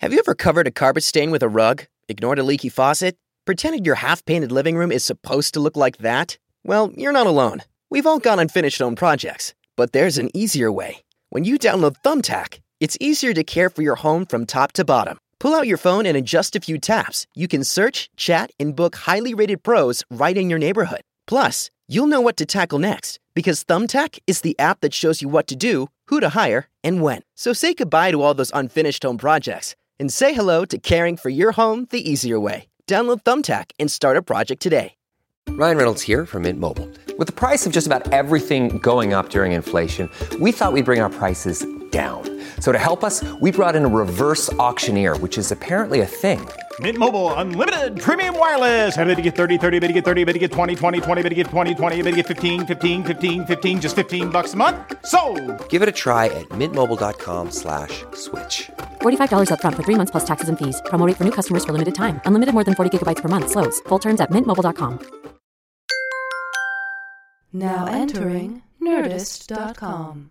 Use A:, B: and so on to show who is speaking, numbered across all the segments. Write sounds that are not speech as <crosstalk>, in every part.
A: Have you ever covered a carpet stain with a rug, ignored a leaky faucet, pretended your half painted living room is supposed to look like that? Well, you're not alone. We've all got unfinished home projects, but there's an easier way. When you download Thumbtack, it's easier to care for your home from top to bottom. Pull out your phone and in just a few taps, you can search, chat, and book highly rated pros right in your neighborhood. Plus, you'll know what to tackle next because Thumbtack is the app that shows you what to do, who to hire, and when. So say goodbye to all those unfinished home projects and say hello to caring for your home the easier way. Download Thumbtack and start a project today.
B: Ryan Reynolds here from Mint Mobile. With the price of just about everything going up during inflation, we thought we'd bring our prices down. So to help us, we brought in a reverse auctioneer, which is apparently a thing.
C: Mint Mobile unlimited premium wireless. Ready to get 30, 30, bet you get 30, bet you get 20, 20, 20, bet you get 20, 20, bet you get 15, 15, 15, 15 just 15 bucks a month. So,
B: Give it a try at mintmobile.com slash switch.
D: $45 upfront for three months plus taxes and fees. Promo rate for new customers for limited time. Unlimited more than 40 gigabytes per month. Slows. Full terms at mintmobile.com.
E: Now entering Nerdist.com.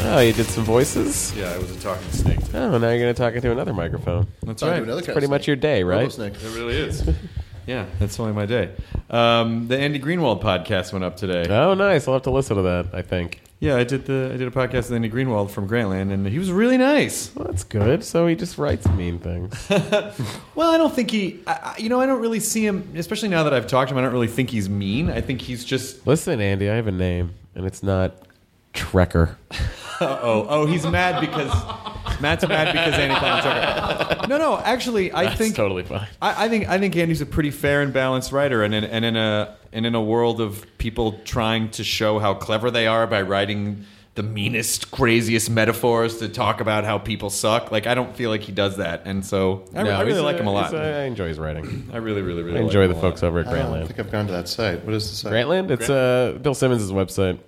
F: Oh, you did some voices?
G: Yeah, I was a talking snake.
F: Oh, now you're going to talk into another microphone.
G: That's
F: Talk
G: right.
F: to another That's kind of pretty snake. much your day, right?
G: It really is. <laughs> yeah, that's only my day. Um, the Andy Greenwald podcast went up today.
F: Oh, nice. I'll have to listen to that, I think.
G: Yeah, I did the I did a podcast with Andy Greenwald from Grantland, and he was really nice.
F: Well, that's good. So he just writes mean things.
G: Well, I don't think he, I, I, you know, I don't really see him, especially now that I've talked to him. I don't really think he's mean. I think he's just
F: listen, Andy, I have a name, and it's not Trekker.
G: oh, oh, he's mad because Matt's mad because Andy called him Tucker. No, no, actually, I
F: That's
G: think
F: totally fine.
G: I, I think I think Andy's a pretty fair and balanced writer, and in, and in a and in a world of people trying to show how clever they are by writing the meanest, craziest metaphors to talk about how people suck. Like I don't feel like he does that, and so I, I really like him a lot. I
F: uh, I enjoy his writing.
G: really, really, really
F: I enjoy
G: like
F: the
G: him a
F: folks
G: lot.
F: over at
H: I don't
F: Grantland.
H: think I've gone to that site. What is the site?
F: Grantland? It's uh, Bill Simmons' website.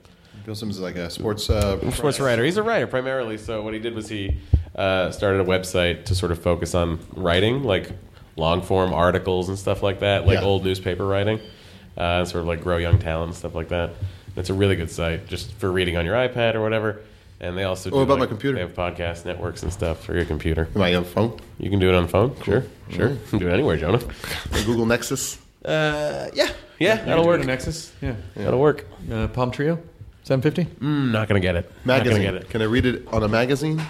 H: Bill Simmons is like a sports. Uh,
F: sports writer. He's a writer primarily. So what he did was he uh, started a website to sort of focus on writing, like long form articles and stuff like that, like
H: Yeah.
F: old newspaper writing, uh, sort of like grow young talent and stuff like that. And it's a really good site just for reading on your iPad or whatever. And they also
H: What
F: do,
H: about
F: like,
H: my computer?
F: They have podcast networks and stuff for your computer.
H: My own phone.
F: You can do it on phone, sure, sure. You can do it anywhere, Jonah.
H: Google Nexus.
F: Uh, yeah, yeah, that'll
G: You
F: work.
G: do Nexus, yeah,
F: That'll work.
G: uh, Palm Trio, seven fifty.
F: I'm not gonna get it. Not gonna
H: Magazine.
F: get it.
H: Can I read it on
G: <laughs>
H: a magazine?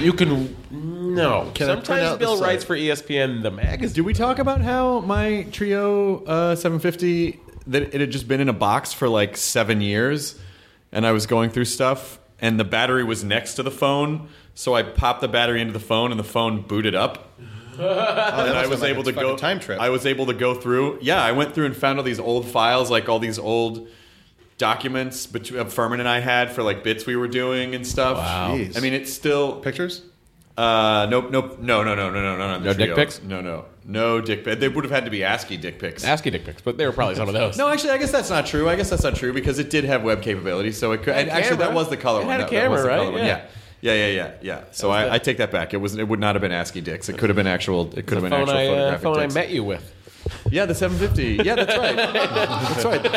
F: You can no.
H: Can I print
F: Sometimes
H: out the
F: Bill
H: site?
F: writes for E ESPN the magazine.
G: Did we talk about how my Trio uh, 750 that it had just been in a box for like seven years, and I was going through stuff, and the battery was next to the phone, so I popped the battery into the phone, and the phone booted up.
H: and
G: I was able to go
H: time trip.
G: I was able to go through. Yeah, I went through and found all these old files, like all these old documents between Furman and I had for like bits we were doing and stuff.
F: Wow.
H: Jeez.
G: I mean, it's still
H: pictures.
G: uh, nope, nope, no, no, no, no, no, no, no.
F: No dick pics?
G: No, no, no dick pics. They would have had to be ASCII dick pics.
F: ASCII dick pics, but there were probably some of <laughs> those.
G: no, actually, I guess that's not true. I guess that's not true because it did have web capability, so it could. And actually,
F: camera.
G: that was the color
F: It
G: one.
F: had a
G: That- that was
F: camera,
G: the
F: right?
G: color one.
F: Yeah.
G: Yeah. yeah, yeah, yeah, yeah. So I, I take that back. It was. It would not have been ASCII dicks. It could have been actual. It could have been
F: phone
G: actual
F: I, uh,
G: photographic
F: phone I
G: dicks.
F: met you with.
G: Yeah, the 750. Yeah, that's
F: <laughs>
G: right. that's right. The 750.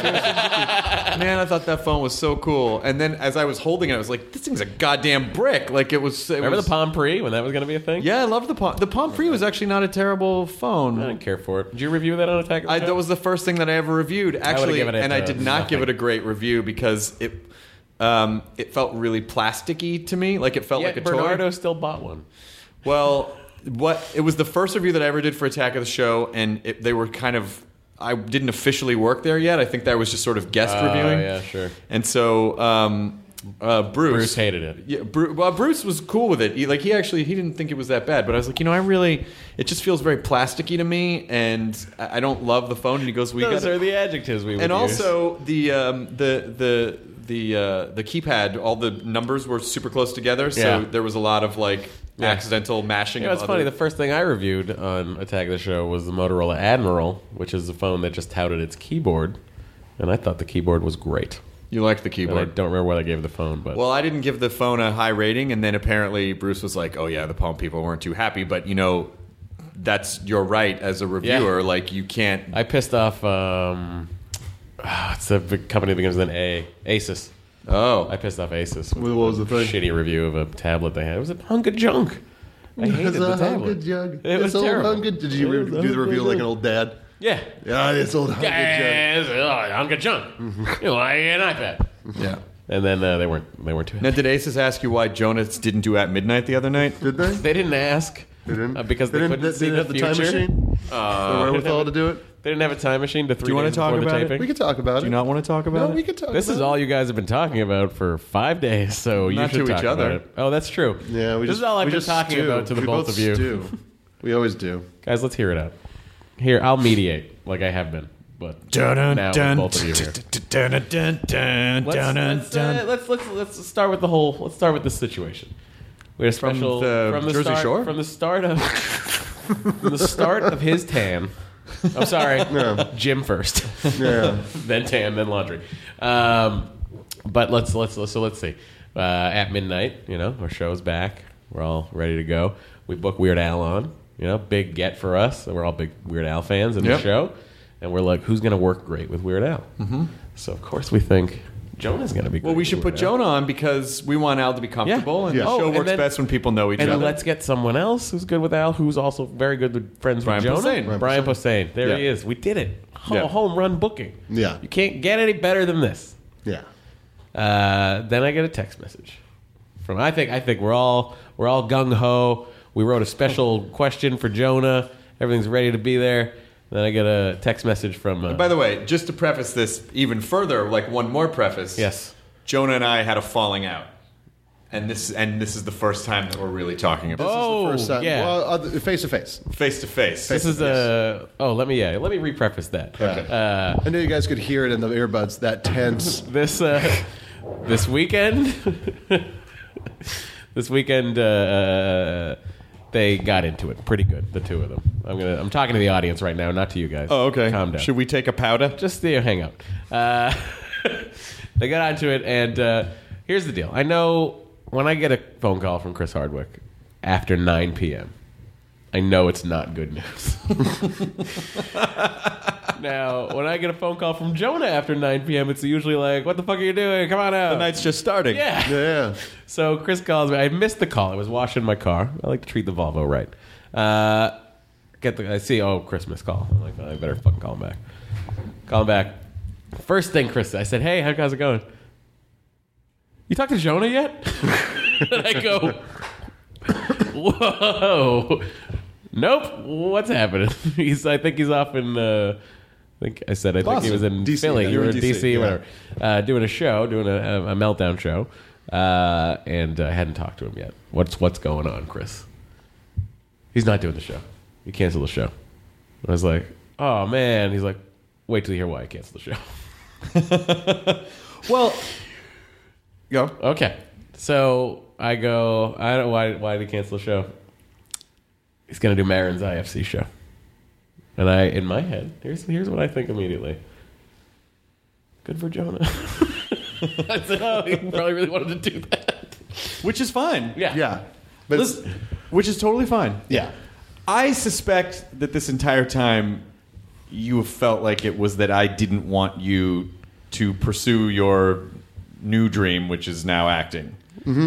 G: Man, I thought that phone was so cool. And then as I was holding it, I was like, "This thing's a goddamn brick!" Like it was. It
F: Remember
G: was,
F: the Palm Pre when that was going to be a thing?
G: Yeah, I love the Palm. The Palm Pre was actually not a terrible phone.
F: I didn't care for it. Did you review that on Attack? Of the
G: I,
F: Show?
G: that was the first thing that I ever reviewed, actually,
F: given it
G: and I
F: a
G: did not give it a great review because it um, it felt really plasticky to me. Like it felt
F: Yet
G: like a
F: Bernardo
G: toy.
F: still bought one.
G: Well, what it was the first review that I ever did for Attack of the Show, and it, they were kind of. I didn't officially work there yet. I think that was just sort of guest
F: Oh,
G: reviewing.
F: yeah, sure.
G: And so um, uh, Bruce
F: Bruce hated it.
G: yeah, Bruce, well, Bruce was cool with it. He, like he actually he didn't think it was that bad. But I was like, you know, I really it just feels very plasticky to me, and I I don't love the phone. And he goes, we
F: Those
G: got
F: are the adjectives we would
G: and
F: use.
G: also the um, the the the uh, the keypad. All the numbers were super close together, so
F: Yeah.
G: there was a lot of like
F: Yeah.
G: accidental mashing.
F: You know,
G: of
F: it's
G: other-
F: funny. The first thing I reviewed on Attack of the Show was the Motorola Admiral, which is a phone that just touted its keyboard, and I thought the keyboard was great.
G: You like the
F: And I
G: keyboard.
F: don't remember what I gave the phone, but
G: Well, I didn't give the phone a high rating, and then apparently Bruce was like, "Oh yeah, the Palm people weren't too happy," but you know, that's your right as a reviewer. Like you can't.
F: I pissed off. Um, <sighs> ah, it's the big company that begins with an A. Asus.
G: oh,
F: I pissed off Asus.
H: What was the thing?
F: Shitty review of a tablet they had. It was a hunk of junk. I hated
H: <laughs> It's
F: the
H: a
F: tablet.
H: hundred jug.
F: It
H: It's
F: was
H: old
F: terrible.
H: hundred- Did you re- do the review like an old dad?
F: Yeah.
H: Yeah, it's old hundred jug.
F: Yeah, it's a hunk of
H: <laughs>
F: junk. You know, I an iPad.
G: yeah.
F: And then uh, they weren't. They weren't too.
G: Now, did Aces ask you why Jonas didn't do At Midnight the other night?
H: Did they?
F: They didn't ask.
H: They didn't
F: uh, because they,
H: didn't,
F: couldn't see
H: didn't
F: the,
H: have the
F: future.
H: time machine. Uh, the wherewithal to do it.
F: They didn't have a time machine to three.
G: you wanna
F: days
G: talk
F: before
G: about
F: the
G: it?
F: taping.
H: We could talk about
G: Do you
H: it.
G: not want to talk about
H: No,
G: it?
H: we could talk.
F: This
H: about
F: is
H: it.
F: all you guys have been talking about for five days, so you
G: Not
F: should
G: to
F: talk
G: each other.
F: about it. Oh, that's true.
H: Yeah, we
F: this
H: just,
F: is all I've
H: we
F: been
H: just
F: talking
H: do.
F: about to the
H: we
F: both
H: both
F: of you, <laughs>
H: Do. We always do.
F: guys. Let's hear it out. Here, I'll mediate, like I have been, but now with both of you here. Let's, let's, uh, let's let's let's start with the whole. Let's start with the situation. We had a
G: From
F: special
G: the Jersey
F: start,
G: Shore?
F: from the start of from the start of his tan. I'm sorry, Jim first,
H: Yeah.
F: <laughs> then tan, then laundry. Um, but let's let's let's- so let's see. Uh, at midnight, you know, our show's back. We're all ready to go. We book Weird Al on. You know, big get for us. We're all big Weird Al fans in
G: Yep.
F: the show, and we're like, who's going to work great with Weird Al? Mm-hmm. So of course we think Jonah's going to be. Great
G: Well, we
F: with
G: should
F: Weird
G: put
F: Al.
G: Jonah on because we want Al to be comfortable, and
H: Yeah.
G: the
H: Oh,
G: show
F: and
G: works
F: then-
G: best when people know each
F: And
G: other.
F: let's get someone else who's good with Al, who's also very good with friends
G: Brian
F: with Jonah.
G: Posehn. Brian
F: Brian Posehn. There
G: Yeah.
F: he is. We did it. Ho-
G: Yeah.
F: Home run booking.
H: Yeah.
F: You can't get any better than this.
H: Yeah.
F: Uh, then I get a text message from I think I think we're all we're all gung ho. We wrote a
G: <laughs>
F: special question for Jonah. Everything's ready to be there. Then I get a text message from uh,
G: By the way, just to preface this even further, like one more preface.
F: yes.
G: Jonah and I had a falling out, and this and this is the first time that we're really talking about
F: Oh,
H: First time.
F: yeah.
H: Well, other- face to face.
G: face to face.
F: this is a oh let me yeah let me repreface that. Uh,
H: I knew you guys could hear it in the earbuds. That tense.
F: this uh, this weekend <laughs> this weekend uh, they got into it pretty good the two of them i'm gonna i'm talking to the audience right now not to you guys
G: Oh, okay.
F: calm down
G: Should we take a powder?
F: just the hang out uh, <laughs> they got onto it and uh, here's the deal i know when i get a phone call from chris hardwick after 9 p.m i know it's not good news <laughs> now when i get a phone call from jonah after 9 p.m it's usually like what the fuck are you doing come on out
G: The night's just
F: <laughs>
G: starting.
F: yeah
H: Yeah.
F: so Chris calls me. I missed the call. I was washing my car. I like to treat the Volvo right. Uh, get the I see. Oh, Christmas call. I'm like, I better fucking call him back. Call him back. First thing, Chris, I said, "Hey, how- how's it going? You talked to Jonah yet?" <laughs> and I go, "Whoa, nope. What's happening?" <laughs> he's. I think he's off in. Uh, I think I said I think he
H: Boston.
F: was in
H: DC,
F: Philly.
H: yeah.
F: You were in
H: You're in
F: DC,
H: DC, yeah.
F: whatever uh, doing a show, doing a, a meltdown show, uh, and I hadn't talked to him yet. What's what's going on, Chris? He's not doing the show. You canceled the show. And I was like, oh man. He's like, wait till you hear why I canceled the show. <laughs>
G: Well, go.
F: Okay. So I go, I don't why why did he cancel the show? He's gonna do Marin's IFC show. And I in my head, here's here's what I think immediately. Good for Jonah. <laughs> I said, Oh, he probably really wanted to do that.
G: Which is fine.
F: Yeah.
H: Yeah. But it's-
G: Listen, which is totally fine.
H: yeah.
G: I suspect that this entire time you have felt like it was that I didn't want you to pursue your new dream, which is now acting,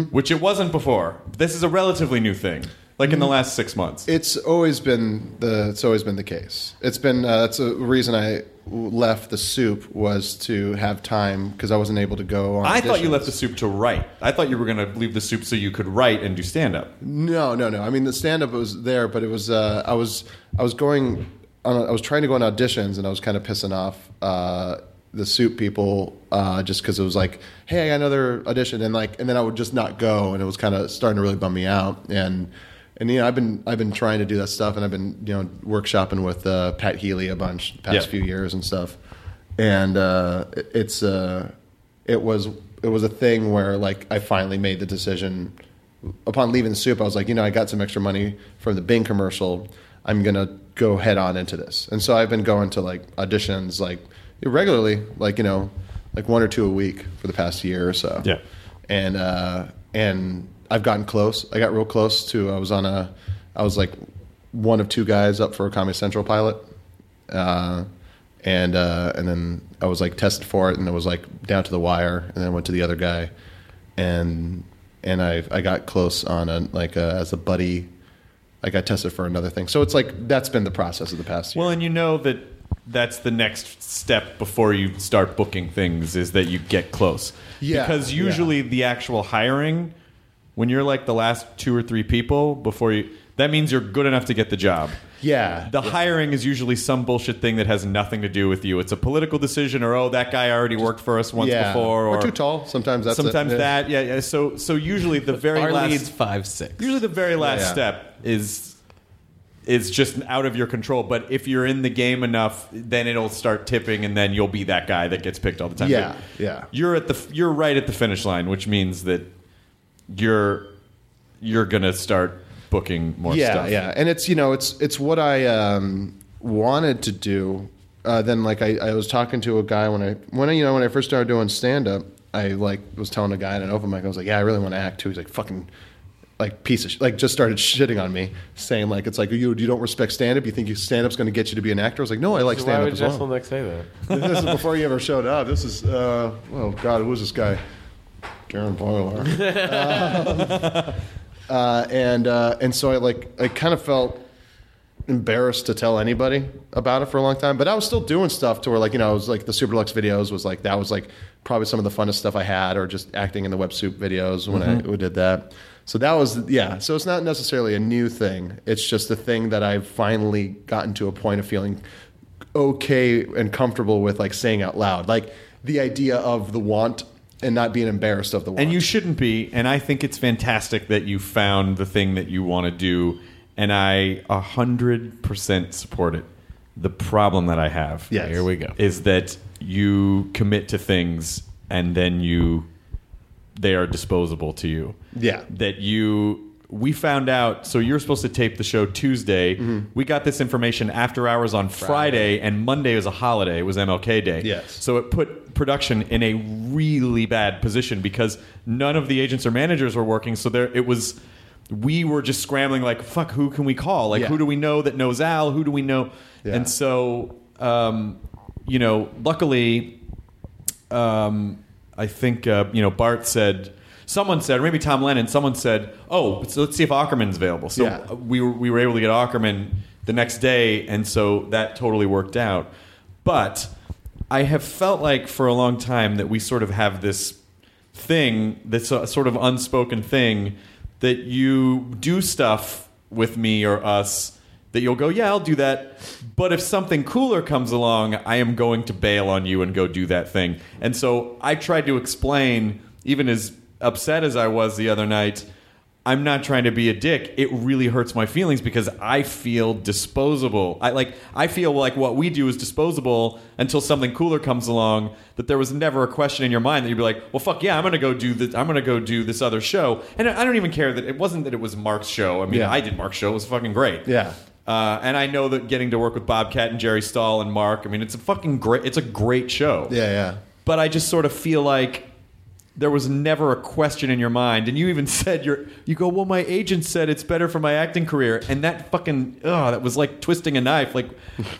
G: which it wasn't before. This is a relatively new thing, like in the last six months.
H: It's always been the it's always been the case. It's been uh, that's a reason I left the soup was to have time because I wasn't able to go on.
G: I thought you
H: auditions.
G: left the soup to write. I thought you were going to leave the soup so you could write and do stand up.
H: No, no, no. I mean, the stand up was there, but it was uh, I was I was going on I was trying to go on auditions, and I was kind of pissing off uh, the soup people uh, just because it was like, hey, I got another audition, and like, and then I would just not go, and it was kind of starting to really bum me out, and. And you know, I've been I've been trying to do that stuff, and I've been you know workshopping with uh, Pat Healy a bunch the past
G: Yeah.
H: few years and stuff. And uh, it- it's uh, it was it was a thing where like I finally made the decision upon leaving the soup, I was like, you know, I got some extra money from the Bing commercial. I'm gonna go head on into this. And so I've been going to like auditions like regularly, like you know, like one or two a week for the past year or so.
I: Yeah.
H: and uh, and I've gotten close. I got real close to. I was on a. I was like one of two guys up for a Comedy Central pilot. Uh, and uh, and then I was like tested for it, and it was like down to the wire, and then I went to the other guy, and and I I got close on a like a, as a buddy, I got tested for another thing. So it's like that's been the process of the past year.
G: Well, and you know that that's the next step before you start booking things is that you get close.
H: Yeah,
G: Because
H: yeah.
G: usually the actual hiring, when you're like the last two or three people before you, that means you're good enough to get the job.
H: yeah,
G: The hiring is usually some bullshit thing that has nothing to do with you. It's a political decision, or oh, that guy already worked for us once
H: yeah.
G: before, or
H: We're too tall. Sometimes that's it.
G: sometimes
H: Yeah.
G: that, yeah, yeah. So, so usually
H: <laughs>
G: the very
F: Our
G: last
F: lead's five six.
G: usually the very last
H: Yeah.
G: step is is just out of your control but if you're in the game enough then it'll start tipping and then you'll be that guy that gets picked all the time
H: Yeah,
G: But
H: yeah.
G: you're at the you're right at the finish line which means that you're you're gonna start booking more
H: yeah,
G: stuff
H: Yeah, and it's you know it's it's what I um, wanted to do. Uh, then like I, I was talking to a guy when I when I, you know when I first started doing stand up, I like was telling a guy in an open mic I was like, yeah, I really want to act too. He's like, fucking. Like piece of sh- like just started shitting on me, saying like it's like you you don't respect stand up. You think stand up's going to get you to be an actor? I was like, no, I like
F: Why
H: stand up
F: would
H: as <laughs>
F: Jesselnick
H: well.
F: say that? <laughs>
H: this is before you ever showed up. This is uh, oh god, who was this guy? Darren Boiler. uh, and uh, and so I like I kind of felt embarrassed to tell anybody about it for a long time. But I was still doing stuff to where like you know I was like the Super Lux videos was like that was like probably some of the funnest stuff I had, or just acting in the Web Soup videos when I
G: Mm-hmm.
H: we did that. So that was yeah. So it's not necessarily a new thing. It's just a thing that I've finally gotten to a point of feeling okay and comfortable with like saying out loud, like the idea of the want and not being embarrassed of the want.
G: and you shouldn't be and i think it's fantastic that you found the thing that you want to do and i 100% support it the problem that i have
H: Yes. Here
F: we go.
G: is that you commit to things and then you they are disposable to you
H: Yeah.
G: that you we found out so you're supposed to tape the show Tuesday.
H: Mm-hmm.
G: We got this information after hours on Friday, and Monday was a holiday. It was MLK Day.
H: Yes.
G: So it put production in a really bad position because none of the agents or managers were working. So there it was we were just scrambling like fuck who can we call? Like
H: Yeah.
G: who do we know that knows Al? Who do we know?
H: Yeah.
G: And so um, you know, luckily um, I think uh, you know Bart said someone said or maybe Tom Lennon someone said oh so let's see if Ackerman's available so
H: Yeah.
G: we were, we were able to get Ackerman the next day and so that totally worked out but I have felt like for a long time that we sort of have this thing that's a sort of unspoken thing that you do stuff with me or us that you'll go, yeah, I'll do that. But if something cooler comes along, I am going to bail on you and go do that thing. And so I tried to explain, even as upset as I was the other night, I'm not trying to be a dick. It really hurts my feelings because I feel disposable. I like I feel like what we do is disposable until something cooler comes along that there was never a question in your mind that you'd be like, "Well, fuck yeah, I'm going to go do this I'm going to go do this other show." And I I don't even care that it wasn't that it was Mark's show. I mean,
H: Yeah.
G: I did Mark's show. It was fucking great.
H: Yeah.
G: Uh, and I know that getting to work with Bobcat and Jerry Stahl and Mark, I mean, it's a fucking great it's a great show
H: yeah, yeah.
G: but I just sort of feel like there was never a question in your mind, and you even <laughs> said you're, you go, well, my agent said it's better for my acting career, and that fucking oh, that was like twisting a knife, like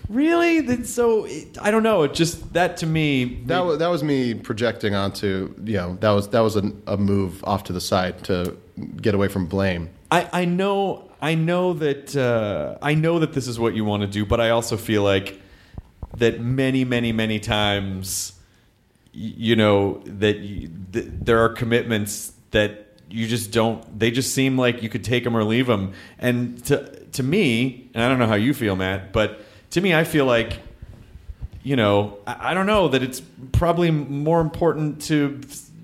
G: really? Then so it, I don't know. It just that to me,
H: That was, that was me projecting onto you know that was that was a, a move off to the side to get away from blame.
G: I, I know I know that uh, I know that this is what you want to do, but I also feel like that many many many times y- you know that you, th- there are commitments that you just don't they just seem like you could take them or leave them and to to me and I don't know how you feel Matt but to me I feel like you know, I, I don't know that it's probably more important to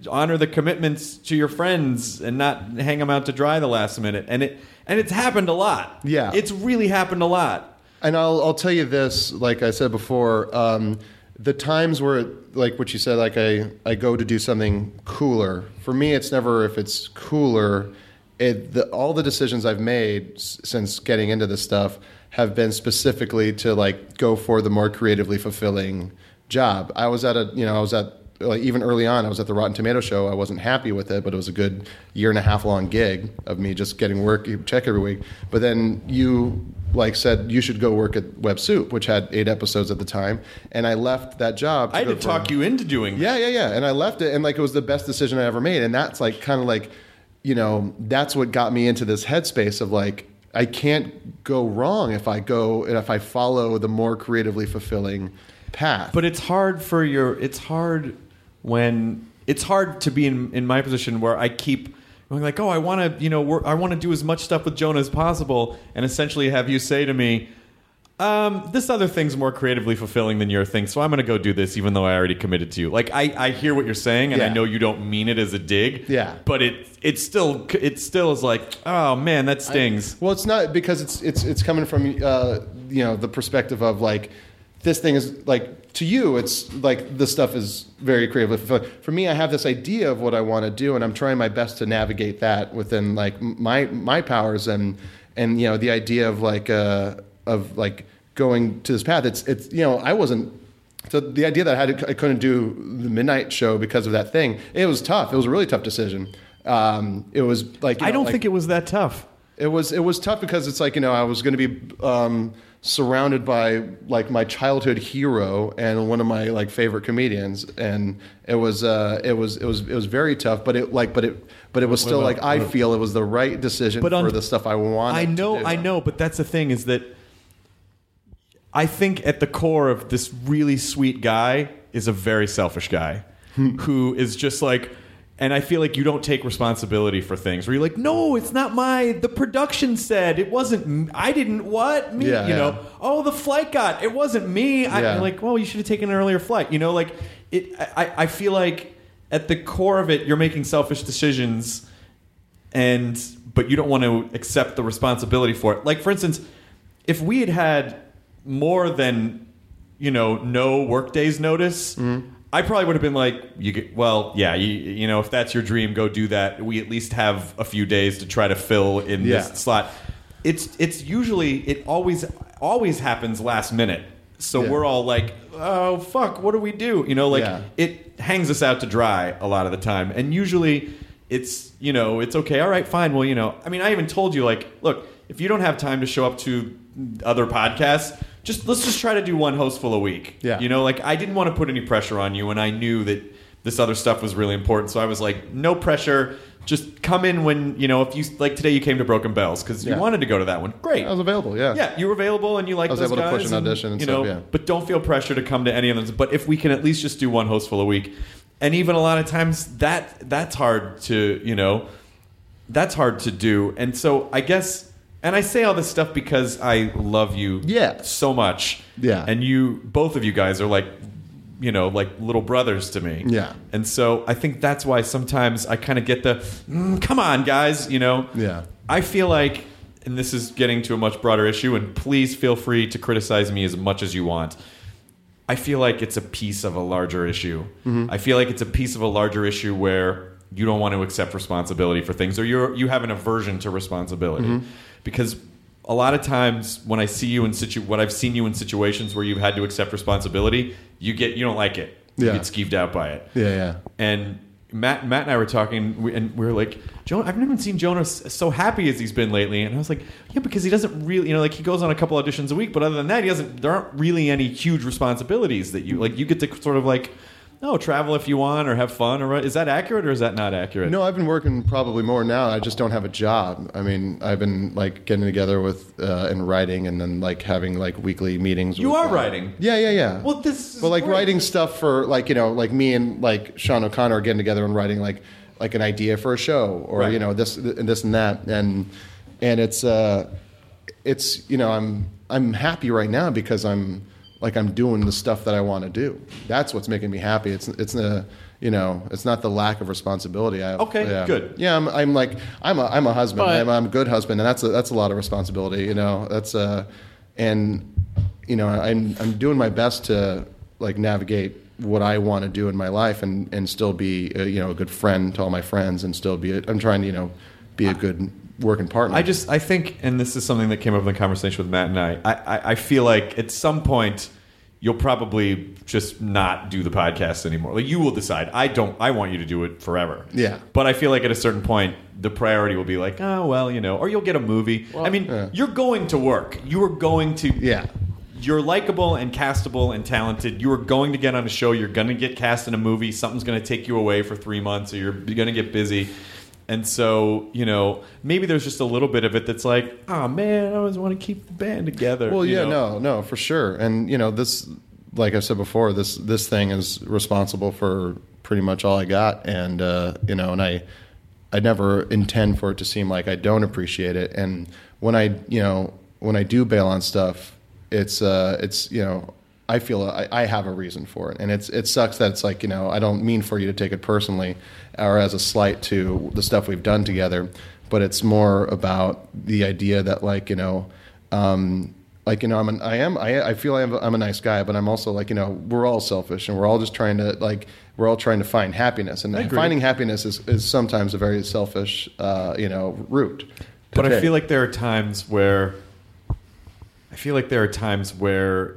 G: honor the commitments to your friends and not hang them out to dry the last minute. And it and it's happened a lot.
H: Yeah.
G: it's really happened a lot.
H: And I'll I'll tell you this, like I said before, um, the times where like what you said, like I I go to do something cooler. For me, it's never if it's cooler. It the, all the decisions I've made s- since getting into this stuff have been specifically to like go for the more creatively fulfilling job. I was at a you know I was at like even early on, I was at the Rotten Tomato show. I wasn't happy with it, but it was a good year and a half long gig of me just getting work check every week. But then you like said you should go work at Web Soup, which had eight episodes at the time, and I left that job.
G: I had
H: go
G: to
H: for-
G: talk you into doing that.
H: yeah, yeah, yeah. And I left it, and like it was the best decision I ever made. And that's like kind of like, you know, that's what got me into this headspace of like, I can't go wrong if I go if I follow the more creatively fulfilling path.
G: But it's hard for your. It's hard when it's hard to be in in my position where I keep going like, oh, I want to, you know, work, I want to do as much stuff with Jonah as possible, and essentially have you say to me. Um, this other thing's more creatively fulfilling than your thing, so I'm gonna go do this, even though I already committed to you. Like I, I hear what you're saying, and I
H: Yeah.
G: know you don't mean it as a dig.
H: Yeah.
G: But it, it still, it still is like, oh man, that stings.
H: Well, it's not because it's it's it's coming from uh, you know the perspective of like this thing is like to you it's like this stuff is very creatively fulfilling. For me, I have this idea of what I want to do, and I'm trying my best to navigate that within like m- my my powers and and you know the idea of like uh, of like going to this path. It's it's you know I wasn't so the idea that I had I couldn't do the midnight show because of that thing, it was tough. It was a really tough decision. Um, it was like you
G: I
H: know,
G: don't
H: like-
G: think it was that tough.
H: it was it was tough because it's like you know I was going to be um, surrounded by like my childhood hero and one of my like favorite comedians, and it was uh, it was it was it was very tough. But it like but it but it was still like I feel it was the right decision
G: But on-
H: for the stuff I wanted.
G: I know,
H: to do.
G: I know, but that's the thing is that I think at the core of this really sweet guy is a very selfish guy
H: Hmm.
G: who is just like and I feel like you don't take responsibility for things where you're like, no, it's not my. The production said it wasn't. m- I didn't what me.
H: Yeah,
G: you know,
H: yeah.
G: oh, the flight got it wasn't me. I,
H: Yeah.
G: Like, well, you should have taken an earlier flight. You know, like it. I, I- I feel like at the core of it, you're making selfish decisions and but you don't want to accept the responsibility for it. Like for instance, if we had had more than you know no work days notice,
H: Mm-hmm.
G: I probably would have been like, you get, well, yeah, you, you know, if that's your dream, go do that. We at least have a few days to try to fill in
H: Yeah.
G: this slot. It's it's usually it always always happens last minute. So
H: Yeah.
G: we're all like, oh fuck, what do we do? You know, like
H: Yeah.
G: it hangs us out to dry a lot of the time and usually it's you know it's okay all right fine well you know i mean i even told you like look if you don't have time to show up to other podcasts just let's just try to do one hostful a week
H: Yeah.
G: you know like i didn't want to put any pressure on you and i knew that this other stuff was really important so i was like no pressure just come in when you know if you like today you came to broken bells because
H: Yeah.
G: you wanted to go to that one great
H: I was available. Yeah,
G: yeah, you were available and you liked
H: I was
G: those
H: able to push
G: guys
H: an
G: and,
H: audition and
G: you know,
H: stuff, yeah.
G: But don't feel pressure to come to any of them. But if we can at least just do one hostful a week, and even a lot of times that that's hard to you know, that's hard to do. And so I guess, and I say all this stuff because I love you,
H: Yeah.
G: so much,
H: Yeah.
G: And you, both of you guys, are like, you know, like little brothers to me,
H: Yeah.
G: And so I think that's why sometimes I kind of get the, "Mm, come on, guys, you know,
H: Yeah.
G: I feel like, and this is getting to a much broader issue, and please feel free to criticize me as much as you want. I feel like it's a piece of a larger issue.
H: Mm-hmm.
G: I feel like it's a piece of a larger issue where you don't want to accept responsibility for things, or you you have an aversion to responsibility,
H: Mm-hmm.
G: because a lot of times when I see you in situ, what I've seen you in situations where you've had to accept responsibility, you get you don't like it. You
H: Yeah.
G: get skeeved out by it
H: yeah, yeah.
G: and Matt, Matt and I were talking, we- and we were like, "Jonah, I've never seen Jonah s- so happy as he's been lately." And I was like, "Yeah, because he doesn't really, you know, like he goes on a couple auditions a week, but other than that, he doesn't. There aren't really any huge responsibilities that you like. You get to sort of like, no, travel if you want or have fun or what- is that accurate or is that not accurate?
H: No, I've been working probably more now. I just don't have a job. I mean, I've been like getting together with uh, and writing, and then like having like weekly meetings.
G: You
H: with,
G: are
H: uh,
G: writing.
H: Yeah, yeah, yeah.
G: Well, this is
H: But like
G: great.
H: writing stuff for like you know like me and like Sean O'Connor are getting together and writing like like an idea for a show or
G: Right.
H: you know this and this and that and and it's uh it's you know I'm I'm happy right now because I'm like I'm doing the stuff that I want to do. That's what's making me happy. It's it's a you know it's not the lack of responsibility. I have,
G: Okay,
H: yeah.
G: good.
H: Yeah, I'm, I'm like I'm a I'm a husband.
F: But-
H: I'm, I'm a good husband, and that's a, that's a lot of responsibility. You know, that's uh, and you know I'm I'm doing my best to like navigate what I want to do in my life, and and still be uh, you know a good friend to all my friends, and still be a, I'm trying to you know be a good working partner.
G: I just I think, and this is something that came up in the conversation with Matt and I. I, I, I feel like at some point you'll probably just not do the podcast anymore. Like you will decide. I don't. I want you to do it forever.
H: Yeah.
G: But I feel like at a certain point, the priority will be like, oh well, you know, or you'll get a movie. I mean, you're going to work. You are going to
H: Yeah.
G: you're likable and castable and talented. You are going to get on a show. You're going to get cast in a movie. Something's going to take you away for three months, or you're going to get busy. And so, you know, maybe there's just a little bit of it that's like, oh man, I always want to keep the band together.
H: Well,
G: you
H: yeah,
G: know?
H: no, no, for sure. And you know, this, like I said before, this this thing is responsible for pretty much all I got, and uh, you know, and I, I never intend for it to seem like I don't appreciate it. And when I, you know, when I do bail on stuff, it's, uh, it's, you know. I feel I, I have a reason for it, and it's it sucks that it's like you know I don't mean for you to take it personally, or as a slight to the stuff we've done together, but it's more about the idea that like you know um, like you know, I'm an, I am I, I feel I'm, I'm a nice guy, but I'm also like you know we're all selfish and we're all just trying to like we're all trying to find happiness and finding happiness is, is sometimes a very selfish uh, you know route.
G: But I
H: Okay.
G: feel like there are times where I feel like there are times where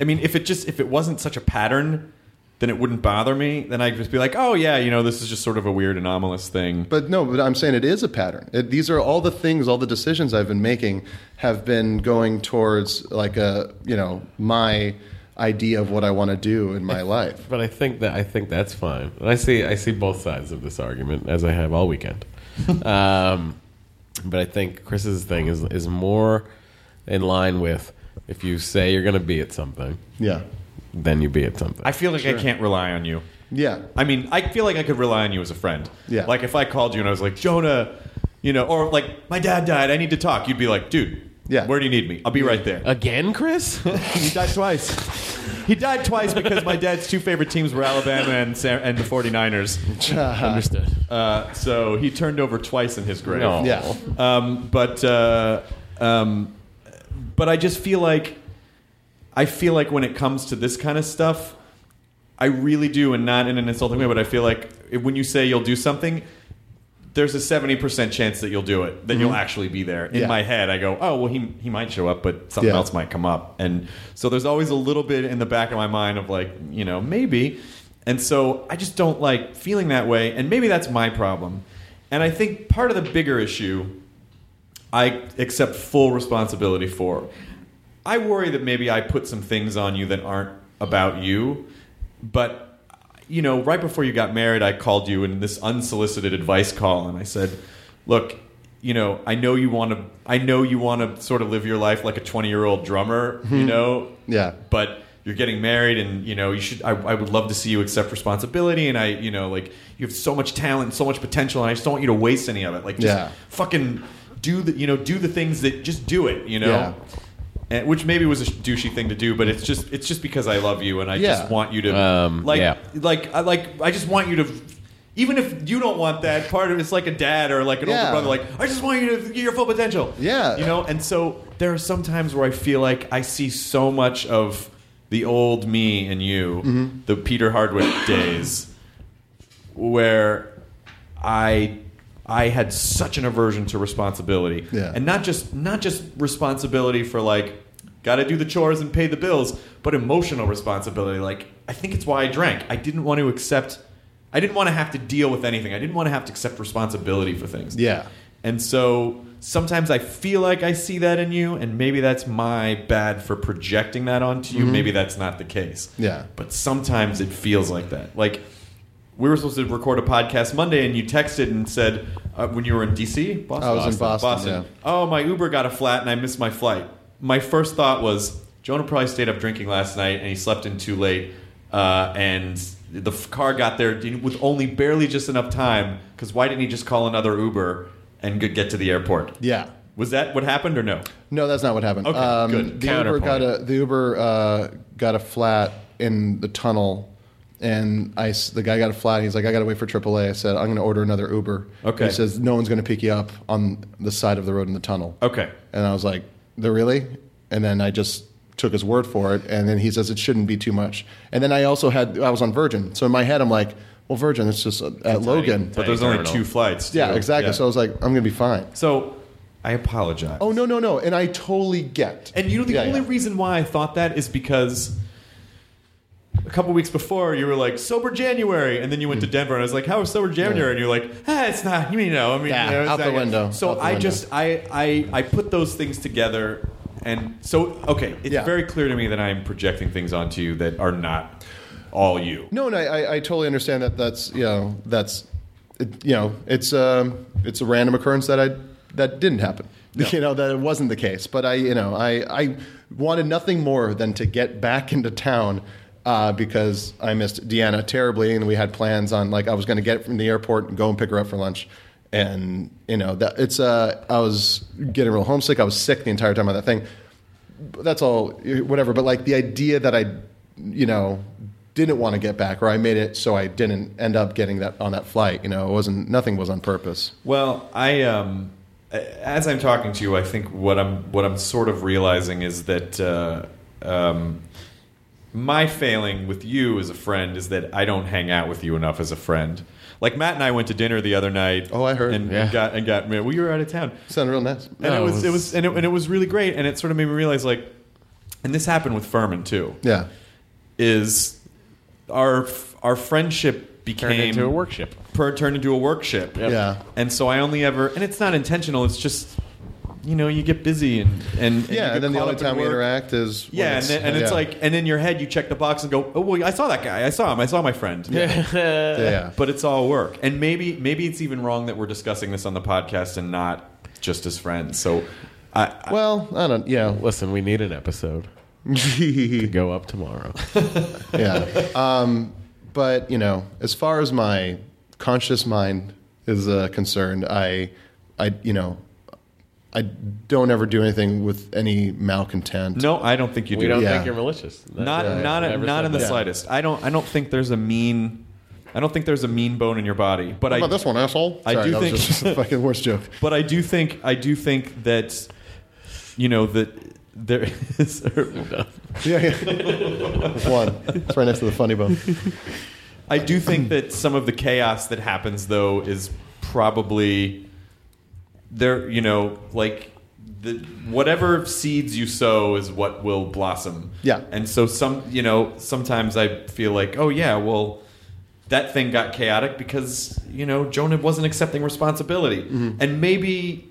G: I mean, if it just if it wasn't such a pattern, then it wouldn't bother me. Then I'd just be like, oh yeah, you know, this is just sort of a weird anomalous thing.
H: But no, but I'm saying it is a pattern. It, these are all the things, all the decisions I've been making have been going towards like a you know my idea of what I want to do in my life.
F: But I think that I think that's fine. And I see I see both sides of this argument as I have all
G: <laughs>
F: weekend. um, but I think Chris's thing is is more in line with if you say you're going to be at something,
H: Yeah,
F: then you be at something.
G: I feel like I can't rely on you.
H: yeah.
G: I mean, I feel like I could rely on you as a friend.
H: Yeah.
G: Like if I called you and I was like, Jonah, you know, or like my dad died, I need to talk. You'd be like, dude,
H: Yeah.
G: where do you need me? I'll be right there.
F: Again, Chris?
G: <laughs> he died twice. He died twice because my dad's two favorite teams were Alabama and San- and the
F: <laughs>
G: 49ers.
F: Understood.
G: Uh, so he turned over twice in his grave.
F: No.
H: Yeah.
G: Um, but uh, um, but I just feel like I feel like when it comes to this kind of stuff, I really do, and not in an insulting way, but I feel like if- when you say you'll do something, there's a seventy percent chance that you'll do it, that you'll actually be there. In
H: Yeah.
G: my head, I go, oh well, he he might show up, but something
H: Yeah.
G: else might come up, and so there's always a little bit in the back of my mind of like, you know, maybe, and so I just don't like feeling that way, and maybe that's my problem, and I think part of the bigger issue I accept full responsibility for. I worry that maybe I put some things on you that aren't about you, but you know, right before you got married, I called you in this unsolicited advice call and I said, "Look, you know, I know you want to I know you want to sort of live your life like a 20-year-old drummer, you know,
H: Hmm. Yeah.
G: but you're getting married and you know you should I, I would love to see you accept responsibility and i you know like you have so much talent so much potential and i just don't want you to waste any of it like just
H: Yeah.
G: fucking do the you know do the things that just do it you know
H: Yeah.
G: and, which maybe was a douchey thing to do but it's just it's just because i love you and i
H: Yeah.
G: just want you to
F: Um,
G: like
F: yeah.
G: like i like i just want you to even if you don't want that part of it's like a dad or like an older
H: Yeah.
G: brother like i just want you to get your full potential
H: Yeah.
G: you know know, and so there are some times where I feel like I see so much of the old me and you, the Peter Hardwick days, where I I had such an aversion to responsibility,
H: Yeah.
G: and not just not just responsibility for like got to do the chores and pay the bills, but emotional responsibility. Like I think it's why I drank. I didn't want to accept. I didn't want to have to deal with anything. I didn't want to have to accept responsibility for things.
H: Yeah.
G: And so sometimes I feel like I see that in you, and maybe that's my bad for projecting that onto you. Maybe that's not the case.
H: Mm-hmm. Yeah.
G: But sometimes it feels like that. Like we were supposed to record a podcast Monday, and you texted and said uh, when you were in DC, Boston.
H: I was in Boston, yeah.
G: Oh, my Uber got a flat, and I missed my flight. My first thought was Jonah probably stayed up drinking last night, and he slept in too late, uh, and. The f- car got there with only barely just enough time because why didn't he just call another Uber and g- get to the airport?
H: Yeah.
G: Was that what happened or no?
H: No, that's not what happened.
G: Okay,
H: um,
G: good.
H: The Uber got a the Uber uh, got a flat in the tunnel, and I s- the guy got a flat. He's like, I got to wait for AAA. I said, I'm going to order another Uber.
G: Okay.
H: He says, No one's going to pick you up on the side of the road in the tunnel.
G: Okay.
H: And I was like, They're really? And then I just took his word for it. And then he says it shouldn't be too much. And then I also had I was on Virgin, so in my head I'm like, Well, Virgin, it's just uh, at Logan.
G: But there's only two flights.
H: yeah,
G: too.
H: exactly. So I was like, I'm going to be fine.
G: So I apologize.
H: Oh no no no! And I totally get.
G: And you know the
H: Yeah,
G: only
H: yeah.
G: reason why I thought that is because a couple weeks before you were like sober January, and then you went
H: Hmm.
G: to Denver, and I was like, "How was sober January?" And you're like, "Ah, it's not." You know, I mean,
H: Yeah,
G: you know, it's
H: out the
G: not-
H: window,
G: So
H: out the
G: I
H: window.
G: just I, I I put those things together, and so okay, it's
H: Yeah.
G: very clear to me that I'm projecting things onto you that are not all you.
H: No, no, I, I totally understand that. That's you know, that's it, you know, it's um, it's a random occurrence that I that didn't happen. <laughs> You know that it wasn't the case, but I you know I I wanted nothing more than to get back into town. Uh, because I missed Deanna terribly, and we had plans on like I was going to get from the airport and go and pick her up for lunch, and you know that it's uh I was getting real homesick. I was sick the entire time on that thing, that's all whatever but like the idea that i you know didn't want to get back or i made it so i didn't end up getting that on that flight you know it wasn't nothing was on purpose
G: Well, I um, a- as I'm talking to you, I think what I'm what I'm sort of realizing is that uh, um, my failing with you as a friend is that I don't hang out with you enough as a friend. Like Matt and I went to dinner the other night.
H: Oh, I heard.
G: And
H: Yeah.
G: got and got. Well, you were out of town,
H: sounded real nice
G: and
H: Yeah.
G: it was it was and it, and it was really great. And it sort of made me realize like, and this happened with Furman too.
H: yeah
G: Is our our friendship became
F: Turned into a workshop.
G: per, turned into a workship.
H: Yeah.
G: And so I only ever, and it's not intentional. It's just, you know, you get busy and and, and you
H: yeah
G: get
H: and then the
G: caught
H: only
G: up in
H: time we
G: work.
H: interact is when
G: Yeah, and, then, and it's
H: yeah.
G: like, and in your head, you check the box and go, oh, well, I saw that guy. I saw him. I saw my friend. Yeah.
F: <laughs>
H: yeah, yeah.
G: uh, But it's all work, and maybe maybe it's even wrong that we're discussing this on the podcast and not just as friends. So, I,
H: well i
G: <laughs>
H: don't you know
F: Listen, we need an episode to go up tomorrow.
G: <laughs>
H: yeah um but you know as far as my conscious mind is uh, concerned i i you know i don't ever do anything with any malcontent
G: no, I don't think you do.
F: We don't
H: Yeah.
F: think you're malicious. That-
G: not
F: I've
G: not
F: never
G: not
F: said
G: in the
F: that.
G: slightest. I don't I don't think there's a mean, I don't think there's a mean bone in your body. But
H: How
G: I
H: about this one, asshole?
G: I
H: Sorry,
G: do
H: that
G: think-
H: was just the fucking worst
F: <laughs>
H: joke.
G: but I do think I do think that you know that there is <laughs>
H: Yeah, yeah. one. It's right next to the funny bone.
G: I do think that some of the chaos that happens though is probably there you know like the whatever seeds you sow is what will blossom.
H: Yeah.
G: And so some you know sometimes I feel like oh yeah well that thing got chaotic because you know Jonah wasn't accepting responsibility and maybe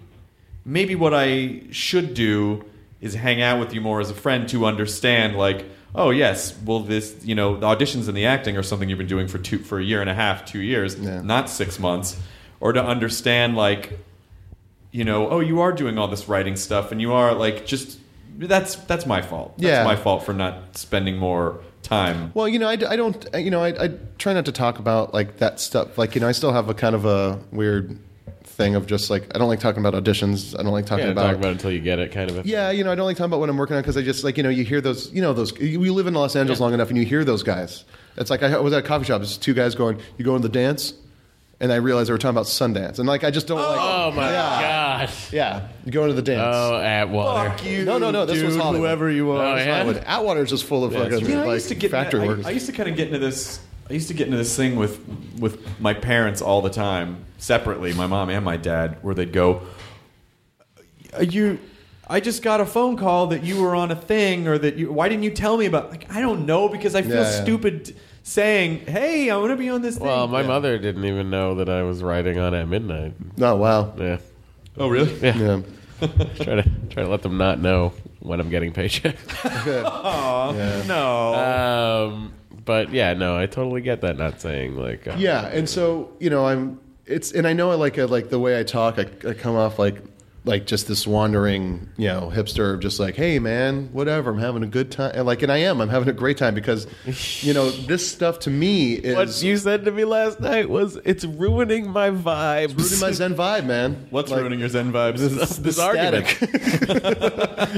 G: maybe what I should do is hang out with you more as a friend to understand like oh yes well this you know the auditions and the acting are something you've been doing for two for a year and a half two years
H: Yeah.
G: not six months or to understand like you know oh you are doing all this writing stuff and you are like just that's that's my fault that's
H: Yeah.
G: my fault for not spending more time
H: Well, you know, I, d- I don't, I- you know, I, I try not to talk about like that stuff. Like, you know, I still have a kind of a weird thing of just like I don't like talking about auditions. I don't like talking
F: Yeah,
H: about
F: talk about it until you get it, kind of. A
H: Yeah, you know, I don't like talking about what I'm working on because I just like you know you hear those you know those you live in Los Angeles long enough and you hear those guys. It's like I was at a coffee shop. There's two guys going, "You going to the dance?" And I realized they were talking about Sundance, and like I just don't like.
F: Oh my god.
H: Yeah, you going to the dance?
F: Oh, Atwater.
G: you
H: no, no, no. This was
G: dude,
H: Hollywood.
G: you
F: Oh,
H: This was
F: yeah?
H: Hollywood. Atwater's just full of fucking
F: that's
G: You know, I
H: like
G: used to get
H: factory
G: I,
H: workers.
G: I used to kind of get into this. I used to get into this thing with with my parents all the time, separately, my mom and my dad, where they'd go, "Uh, "You." I just got a phone call that you were on a thing, or that you. Why didn't you tell me about? Like, I don't know because I feel
H: Yeah, yeah.
G: stupid saying, "Hey, I want to be on this."
F: Well,
G: thing.
F: my mother didn't even know that I was riding on at midnight.
H: oh wow.
F: Yeah.
H: um,
G: oh, really? <laughs> Yeah.
H: Yeah.
F: try to try to let them not know when I'm getting paycheck.
G: <laughs> No.
H: <laughs>
F: Um, but yeah, no, I totally get that. Not saying like uh,
H: Yeah, and so you know, I'm. It's and I know I like I, like the way I talk. I, I come off like like just this wandering you know hipster of just like hey man whatever i'm having a good time and like and i am i'm having a great time because you know this stuff to me is
F: What you said to me last night was it's ruining my vibes.
H: ruining my zen vibe man
G: What's
H: Like,
G: ruining your Zen vibes?
F: this, this argument.
H: static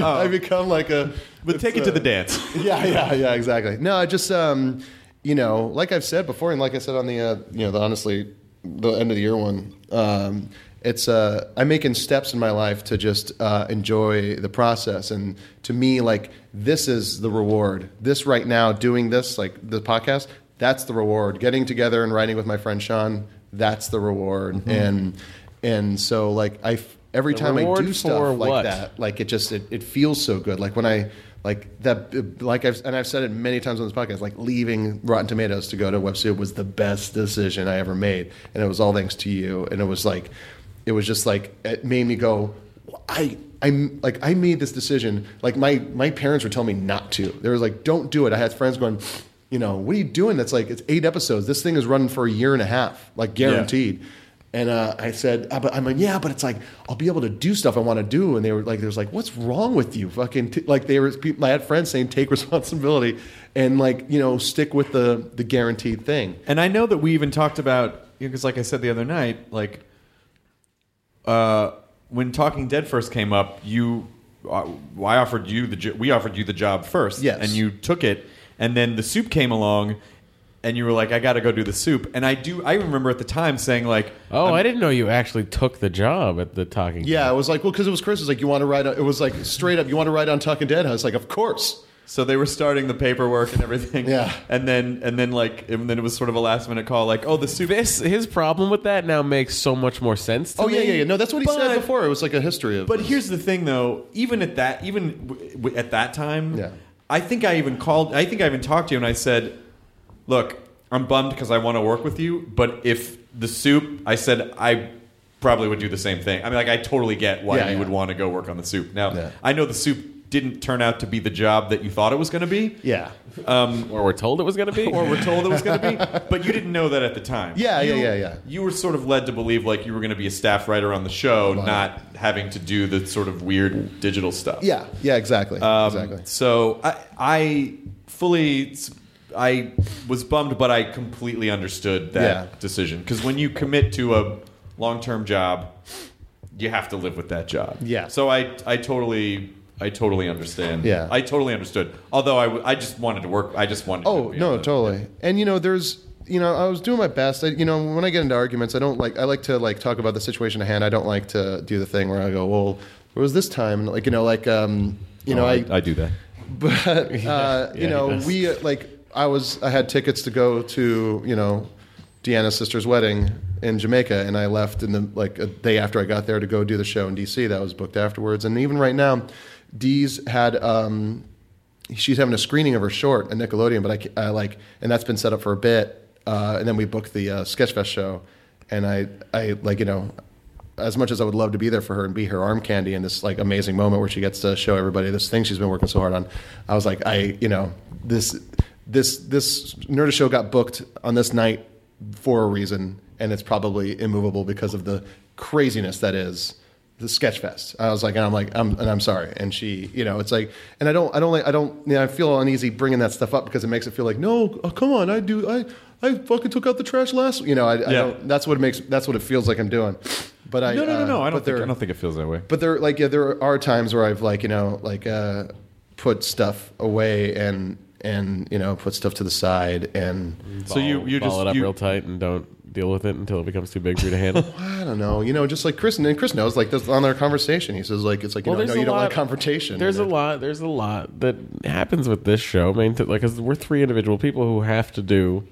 G: <laughs>
H: <laughs> i become like a
G: Oh.
H: uh,
G: but take it to the dance.
H: <laughs> yeah, yeah, yeah, exactly. No, I just um, you know, like I've said before, and like I said on the uh, you know, the honestly, the end of the year one, um, it's uh, I'm making steps in my life to just uh, enjoy the process, and to me, like this is the reward. This right now, doing this, like the podcast, that's the reward. Getting together and writing with my friend Sean, that's the reward, and and so like I. f- Every
F: Mm-hmm. The
H: time I
F: reward
H: do stuff
F: for
H: like
F: what?
H: that, like it just it, it feels so good. Like when I Like that, like I've and I've said it many times on this podcast. Like leaving Rotten Tomatoes to go to WebSoup was the best decision I ever made, and it was all thanks to you. And it was like, it was just like it made me go, I I'm like I made this decision. Like my my parents were telling me not to. They were like, don't do it. I had friends going, you know, what are you doing? That's like it's eight episodes. This thing is running for a year and a half, like guaranteed. And uh, I said, uh, but I'm like, yeah, but it's like I'll be able to do stuff I want to do. And they were like, there's like, what's wrong with you? Fucking t-? like they were. People, I had friends saying take <laughs> responsibility and like you know stick with the the guaranteed thing.
G: And I know that we even talked about because, like I said the other night, like uh, when Talking Dead first came up, you, uh, I offered you the, jo- we offered you the job first,
H: Yes.
G: and you took it, and then the soup came along, and you were like, I got to go do the soup, and I do, I remember at the time saying like,
F: <laughs> Oh, I'm, I did not know you actually took the job at the Talking
H: Yeah, I was like, well, because it was Chris. It was like, you want to ride? On, it was like straight up, you want to ride on Talking Dead? I was like, of course.
G: So they were starting the paperwork and everything.
H: Yeah.
G: And then and then like and then it was sort of a last minute call like, oh the soup
F: This his problem with that now makes so much more sense. To
H: Oh
F: me.
H: yeah, yeah, yeah. No, that's what he said
G: But-
H: before. It was like a history of.
G: But here's the thing though, even at that even w- w- at that time,
H: Yeah.
G: I think I even called I think I even talked to you and I said, "Look, I'm bummed because I want to work with you, but if the soup, I said I probably would do the same thing. I mean like I totally get why
H: Yeah,
G: you
H: yeah.
G: would want to go work on the soup. Now,
H: Yeah.
G: I know the soup didn't turn out to be the job that you thought it was going to be.
H: yeah,
F: Or we're told it was going to
H: <laughs>
F: be.
G: or were told it was going to be, but you didn't know that at the time.
H: Yeah, yeah,
G: You-
H: yeah, yeah.
G: You were sort of led to believe like you were going to be a staff writer on the show, not having to do the sort of weird digital stuff.
H: yeah, yeah. Exactly,
G: Um,
H: exactly.
G: So I, I fully, I was bummed, but I completely understood that
H: Yeah.
G: decision because when you commit to a long-term job, you have to live with that job.
H: Yeah.
G: So I, I totally. I totally understand.
H: Yeah.
G: I totally understood. Although I, w- I just wanted to work. I just wanted.
H: Oh
G: to be
H: no,
G: on the-
H: totally. And you know, there's you know, I was doing my best. I, you know, when I get into arguments, I don't like I like to like talk about the situation at hand. I don't like to do the thing where I go, well, it was this time, And, like you know, like um, you know, I,
G: do that.
H: but uh, you know, we uh, like I was I had tickets to go to you know Deanna's sister's wedding in Jamaica, and I left in the like a day after I got there to go do the show in D.C. That was booked afterwards, and even right now, Dee's had. Um, She's having a screening of her short at Nickelodeon, but I, ca- I like, and that's been set up for a bit. Uh, and then we booked the uh, Sketchfest show, and I, I like, you know, as much as I would love to be there for her and be her arm candy in this like amazing moment where she gets to show everybody this thing she's been working so hard on, I was like, I you know this this this Nerdist show got booked on this night for a reason, and it's probably immovable because of the craziness that is the Sketchfest. I was like, and I'm like, I'm and I'm sorry, and she, you know, it's like, and I don't I don't like I don't you know, I feel uneasy bringing that stuff up because it makes it feel like no, oh, come on, I do I. I fucking took out the trash last, you know. I, I
G: Yeah.
H: don't, that's what makes. That's what it feels like I'm doing. But I
G: No, no, no, no.
H: uh,
G: I
H: but
G: don't think.
H: there-
G: I don't think it feels that way.
H: But there, like, yeah, there are times where I've like, you know, like, uh, put stuff away and and you know, put stuff to the side and
G: so you, you
F: ball
G: just
F: it up
G: you,
F: real tight and don't deal with it until it becomes too big for you to handle.
H: I don't know, you know, just like Chris and Chris knows, like, this on their conversation, he says like, it's like, you know, no, you don't like confrontation.
F: There's a
H: And it-
F: lot. There's a lot that happens with this show. I mean, to, like, we we're three individual people who have to do.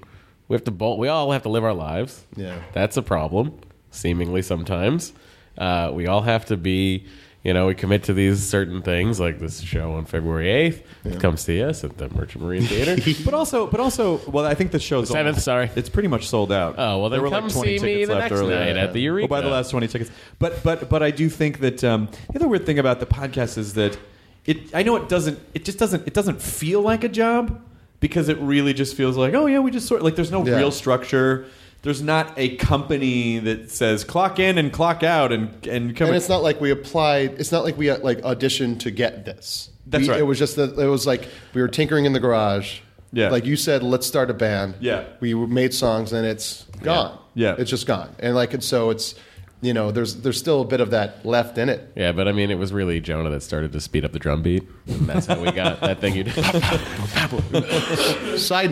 F: We have to bolt. We all have to live our lives.
H: Yeah.
F: that's a problem. Seemingly, sometimes uh, we all have to be. You know, we commit to these certain things, like this show on February eighth. Come see us at the Merchant Marine
H: <laughs>
F: Theater.
G: <laughs> But also, but also, well, I think the show's
F: The seventh,
G: almost-
F: sorry.
G: It's pretty much sold out.
F: Oh, well, then
G: there were
F: come
G: like 20
F: see me
G: tickets
F: the
G: left
F: next
G: earlier.
F: night at the Eureka.
G: We'll buy the last twenty tickets. But but but I do think that um, the other weird thing about the podcast is that it. I know it doesn't. It just doesn't. It doesn't feel like a job because it really just feels like oh yeah, we just sort like there's no
H: Yeah.
G: real structure. There's not a company that says clock in and clock out and and come. in."
H: and it's not like we applied. It's not like we uh, like auditioned to get this.
G: That's
H: We-
G: right.
H: It was just that it was like we were tinkering in the garage.
G: Yeah.
H: Like you said, let's start a band.
G: Yeah.
H: We made songs and it's gone.
G: Yeah. Yeah.
H: It's just gone. And like and so it's you know there's there's still a bit of that left in it.
F: yeah, but I mean, it was really Jonah that started to speed up the drum beat, and that's how we got that thing you did. <laughs>
H: Side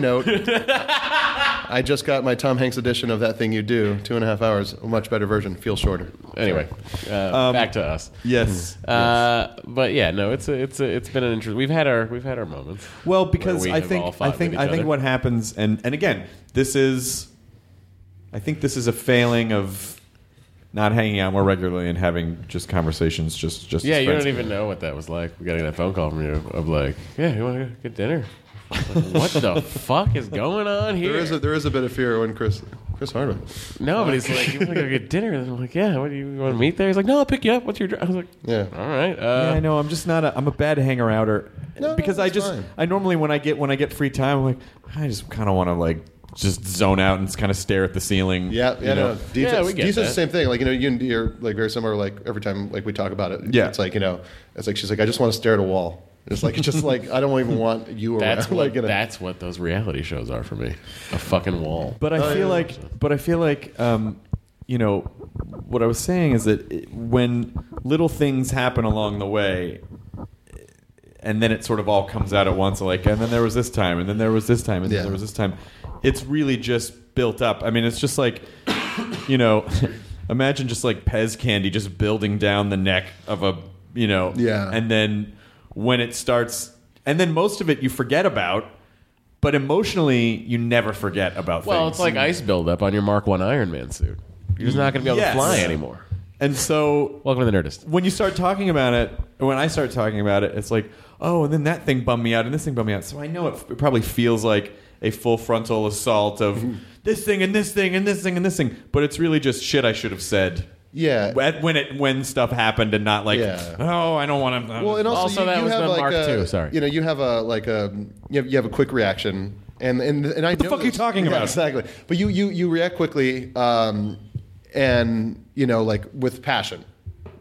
G: <laughs>
H: note. I just got my Tom Hanks edition of that thing you do, two and a half hours, a much better version, feels shorter.
F: Anyway, uh,
H: Um,
F: back to us.
G: yes.
H: Hmm.
F: Uh, but yeah, no, it's a, it's a, it's been an interest. We've had our we've had our moments.
G: Well,
F: where
G: because
F: we
G: I
F: have all
G: think
F: fought
G: I
F: with
G: think
F: each
G: I think
F: other.
G: what happens, and and again, this is, I think this is a failing of not hanging out more regularly and having just conversations. Just just
F: Yeah,
G: as
F: you
G: friends.
F: don't even know what that was like. We got that phone call from you of like, yeah, you want to get dinner? what the fuck is going on here?
H: There is a, there is a bit of fear when Chris Chris Hardwick.
F: no, but he's
H: <laughs>
F: like, you want to go get dinner? And I'm like, yeah. What do you, want to meet there? He's like, no, I'll pick you up. What's your? dri-" I was like,
H: Yeah.
F: all right.
G: Yeah,
F: Uh,
G: I know. I'm just not. A, I'm a bad hanger outer
H: No,
G: because I
H: that's
G: just.
H: fine.
G: I normally when I get when I get free time, I'm like I just kind of want to like just zone out and kind of stare at the ceiling.
H: Yeah,
G: you
H: yeah,
G: know?
H: no, no. Dee's,
F: Yeah, we get
H: Dee's
F: that.
H: the same thing. Like you know, you and Dee are like very similar. Like every time like we talk about it,
G: Yeah.
H: it's like you know, it's like she's like, I just want to stare at a wall. It's like just like I don't even want
F: <laughs>
H: you
F: that's
H: around.
F: what
H: <laughs> like, you know.
F: that's what those reality shows are for me. A fucking wall.
G: But I
H: Oh,
G: feel like, but I feel like, um, you know, what I was saying is that it, when little things happen along the way, and then it sort of all comes out at once, like, and then there was this time, and then there was this time, and then
H: Yeah.
G: there was this time. It's really just built up. I mean, it's just like, you know, <laughs> imagine just like Pez candy just building down the neck of a, you know,
H: Yeah.
G: and then when it starts, and then most of it you forget about. But emotionally, you never forget about
F: well,
G: things.
F: it's like ice buildup on your Mark One Iron Man suit. You're just not going to be able
G: Yes.
F: to fly anymore.
G: And so
F: Welcome to the Nerdist.
G: when you start talking about it, when I start talking about it, it's like, oh, and then that thing bummed me out, and this thing bummed me out. So I know it, it probably feels like a full frontal assault
H: <laughs>
G: of this thing and this thing and this thing and this thing, but it's really just shit I should have said.
H: Yeah.
G: When when it when stuff happened and not like,
H: Yeah.
G: oh, I don't want to.
H: well, and also,
F: Also,
H: you,
F: that
H: you
F: was
H: have
F: the
H: like
F: Mark
H: a,
F: II, sorry.
H: you know, you have a like a you have, you have a quick reaction, and and and I what
G: the fuck are you
H: <laughs>
G: talking about?
H: exactly. But you you you react quickly, um, and you know, like with passion.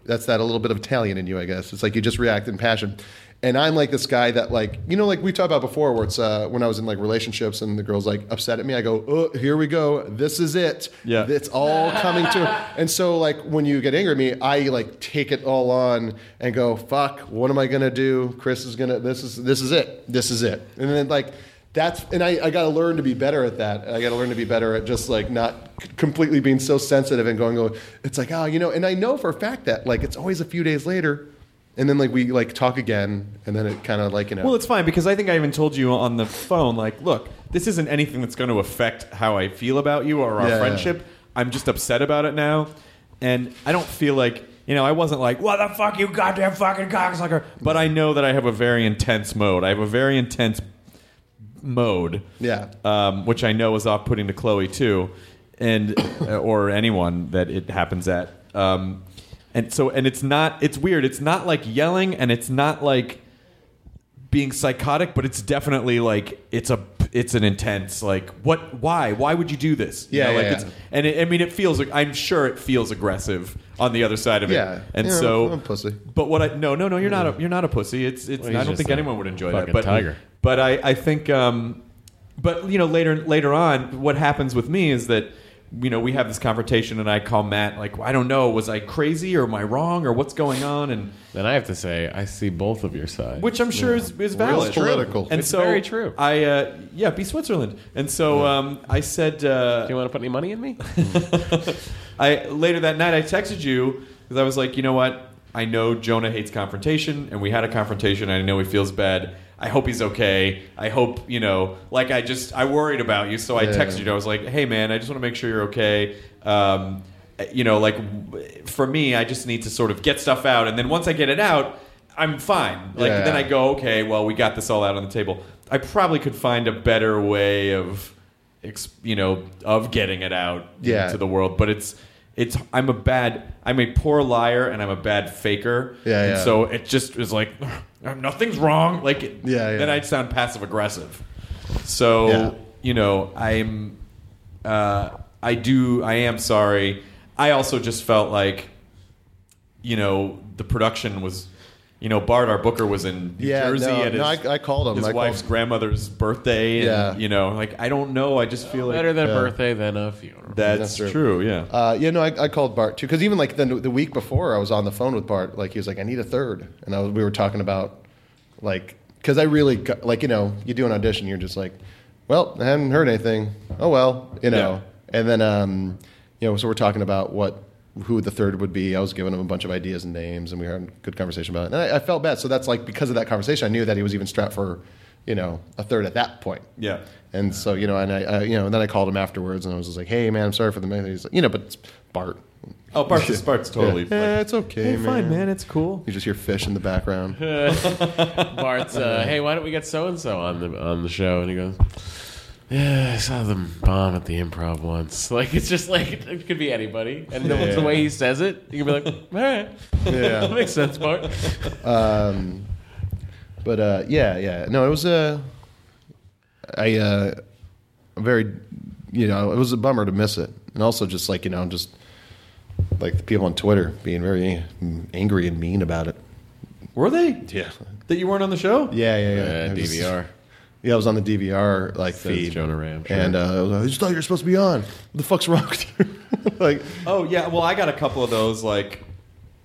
H: That's that a little bit of Italian in you, I guess. It's like you just react in passion. And I'm like this guy that like you know like we talked about before where it's uh, when I was in like relationships and the girls like upset at me I go oh here we go this is it
G: Yeah.
H: it's all coming to and so like when you get angry at me I like take it all on and go fuck what am I gonna do Chris is gonna this is this is it this is it and then like that's and I, I gotta learn to be better at that I gotta learn to be better at just like not c- completely being so sensitive and going going it's like oh you know and I know for a fact that like it's always a few days later and then like we like talk again and then it kind of like you know
G: Well, it's fine because I think I even told you on the phone, like, look, this isn't anything that's going to affect how I feel about you or our
H: Yeah.
G: friendship. I'm just upset about it now, and I don't feel like you know. I wasn't like, what the fuck, you goddamn fucking cocksucker. But I know that I have a very intense mode. I have a very intense mode.
H: Yeah.
G: Um, which I know is off putting to Chloe too, and <coughs> or anyone that it happens at. Um, and so, and it's not. It's weird. It's not like yelling, and it's not like being psychotic, but it's definitely like it's a it's an intense like what why why would you do this? You
H: Yeah,
G: know, like
H: yeah,
G: it's,
H: yeah.
G: and it, I mean it feels like I'm sure it feels aggressive on the other side of it.
H: Yeah.
G: and
H: Yeah,
G: so
H: I'm a pussy.
G: But what I no no no you're not a you're not a pussy. It's it's
F: he's
G: I don't
F: just
G: think
F: a
G: anyone would enjoy that.
F: fucking
G: But
F: tiger.
G: but I I think um but you know later later on what happens with me is that. You know, we have this confrontation, and I call Matt like, I don't know, was I crazy or am I wrong or what's going on? And
F: Then I have to say, I see both of your sides.
G: which I'm sure is, is
H: Real
G: valid.
H: political.
G: And
F: It's
G: so
F: very true.
G: I uh, yeah, be Switzerland. And so um, I said uh,
F: do you want to put any money in me?
G: I later that night I texted you because I was like, you know what? I know Jonah hates confrontation, and we had a confrontation. And I know he feels bad. I hope he's okay. I hope you know. Like I just I worried about you, so I texted you. I was like, hey man, I just want to make sure you're okay. Um, you know, like w- for me, I just need to sort of get stuff out, and then once I get it out, I'm fine. Like
H: Yeah.
G: then I go, okay, well we got this all out on the table. I probably could find a better way of, ex- you know, of getting it out
H: Yeah.
G: to the world, but it's it's I'm a bad I'm a poor liar and I'm a bad faker.
H: Yeah,
G: And
H: yeah.
G: so it just is like nothing's wrong. Like
H: Yeah, yeah.
G: then I'd sound passive aggressive. So
H: Yeah.
G: you know, I'm uh, I do I am sorry. I also just felt like you know, the production was you know, Bart, our booker, was in New
H: Yeah,
G: Jersey
H: no,
G: at his,
H: no, I- I called him.
G: his
H: I called-
G: wife's grandmother's birthday. And,
H: Yeah.
G: you know, like I don't know. I just feel like
F: Better than a birthday than a funeral.
G: that's,
H: That's true.
G: true. Yeah,
H: Uh, yeah, no, I, I called Bart too because even like the, the week before, I was on the phone with Bart. Like he was like, "I need a third. and I was, we were talking about like because I really got- like you know you do an audition, you're just like, well, I haven't heard anything. Oh well, you know. And then um, you know, so we're talking about what who the third would be. I was giving him a bunch of ideas and names, and we had a good conversation about it. And I, I felt bad, so that's like because of that conversation, I knew that he was even strapped for you know a third at that point.
G: yeah.
H: And so, you know, and I, I you know, and then I called him afterwards and I was just like, hey, man, I'm sorry for the mess. He's like, you know, but it's Bart.
G: Oh, Bart's,
H: <laughs>
G: Bart's totally.
H: Eh,
G: Like,
H: it's okay, man.
F: It's cool.
H: You just hear fish in the background.
F: Bart's, uh, hey, why don't we get so and so on the on the show? And he goes, Yeah, I saw them bomb at the improv once. <laughs> Like it's just like it could be anybody, and the, the way he says it, you can be like, All right, that
H: Yeah.
F: makes sense, Bart.
H: um, but uh, yeah, yeah. No, it was a. I uh, very, you know, it was a bummer to miss it, and also just like you know, just like the people on Twitter being very angry and mean about it.
G: were they?
H: Yeah.
G: That you weren't on the show?
H: Yeah, yeah, yeah.
F: Uh,
H: I was-
F: DVR.
H: <laughs> yeah, I was on the DVR like
F: Says
H: feed.
F: Jonah Ram, sure.
H: And uh, I was like, I just thought you were supposed to be on. What the fuck's wrong with you? <laughs> like,
G: Oh yeah. Well, I got a couple of those. Like,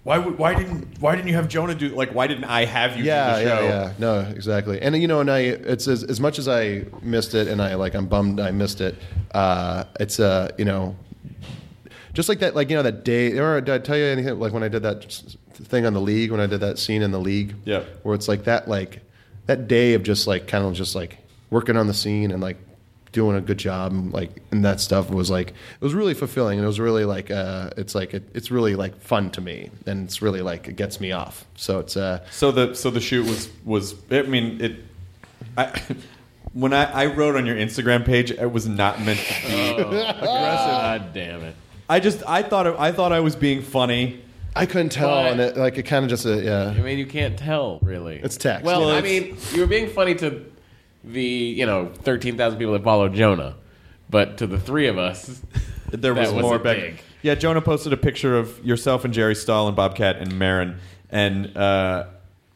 G: why? would- Why didn't? Why didn't you have Jonah do? Like, why didn't I have you
H: yeah,
G: do the
H: yeah,
G: show?
H: yeah. No, exactly. And you know, and I, it's as, as much as I missed it, and I like, I'm bummed I missed it. Uh, it's uh, you know, just like that, like you know, that day. Or did I tell you anything? Like when I did that s- thing on the league, when I did that scene in the league,
G: Yeah.
H: where it's like that, like that day of just like kind of just like working on the scene and like doing a good job and like and that stuff was like it was really fulfilling and it was really like uh it's like it, it's really like fun to me and it's really like it gets me off so it's uh
G: So the so the shoot was was I mean it I <laughs> when I, I wrote on your Instagram page it was not meant to be
F: God damn it.
G: I just I thought it, I thought I was being funny.
H: I couldn't tell,
F: But-
H: and it, like it kind of just uh,
F: I
H: yeah.
F: mean, you can't tell really.
H: It's text.
F: Well,
H: Well,
F: I
H: it's-
F: mean, you were being funny to the you know thirteen thousand people that follow Jonah, but to the three of us, <laughs>
G: There
F: That
G: was
F: wasn't
G: more back.
F: big.
G: Yeah, Jonah posted a picture of yourself and Jerry Stahl and Bobcat and Marin and uh,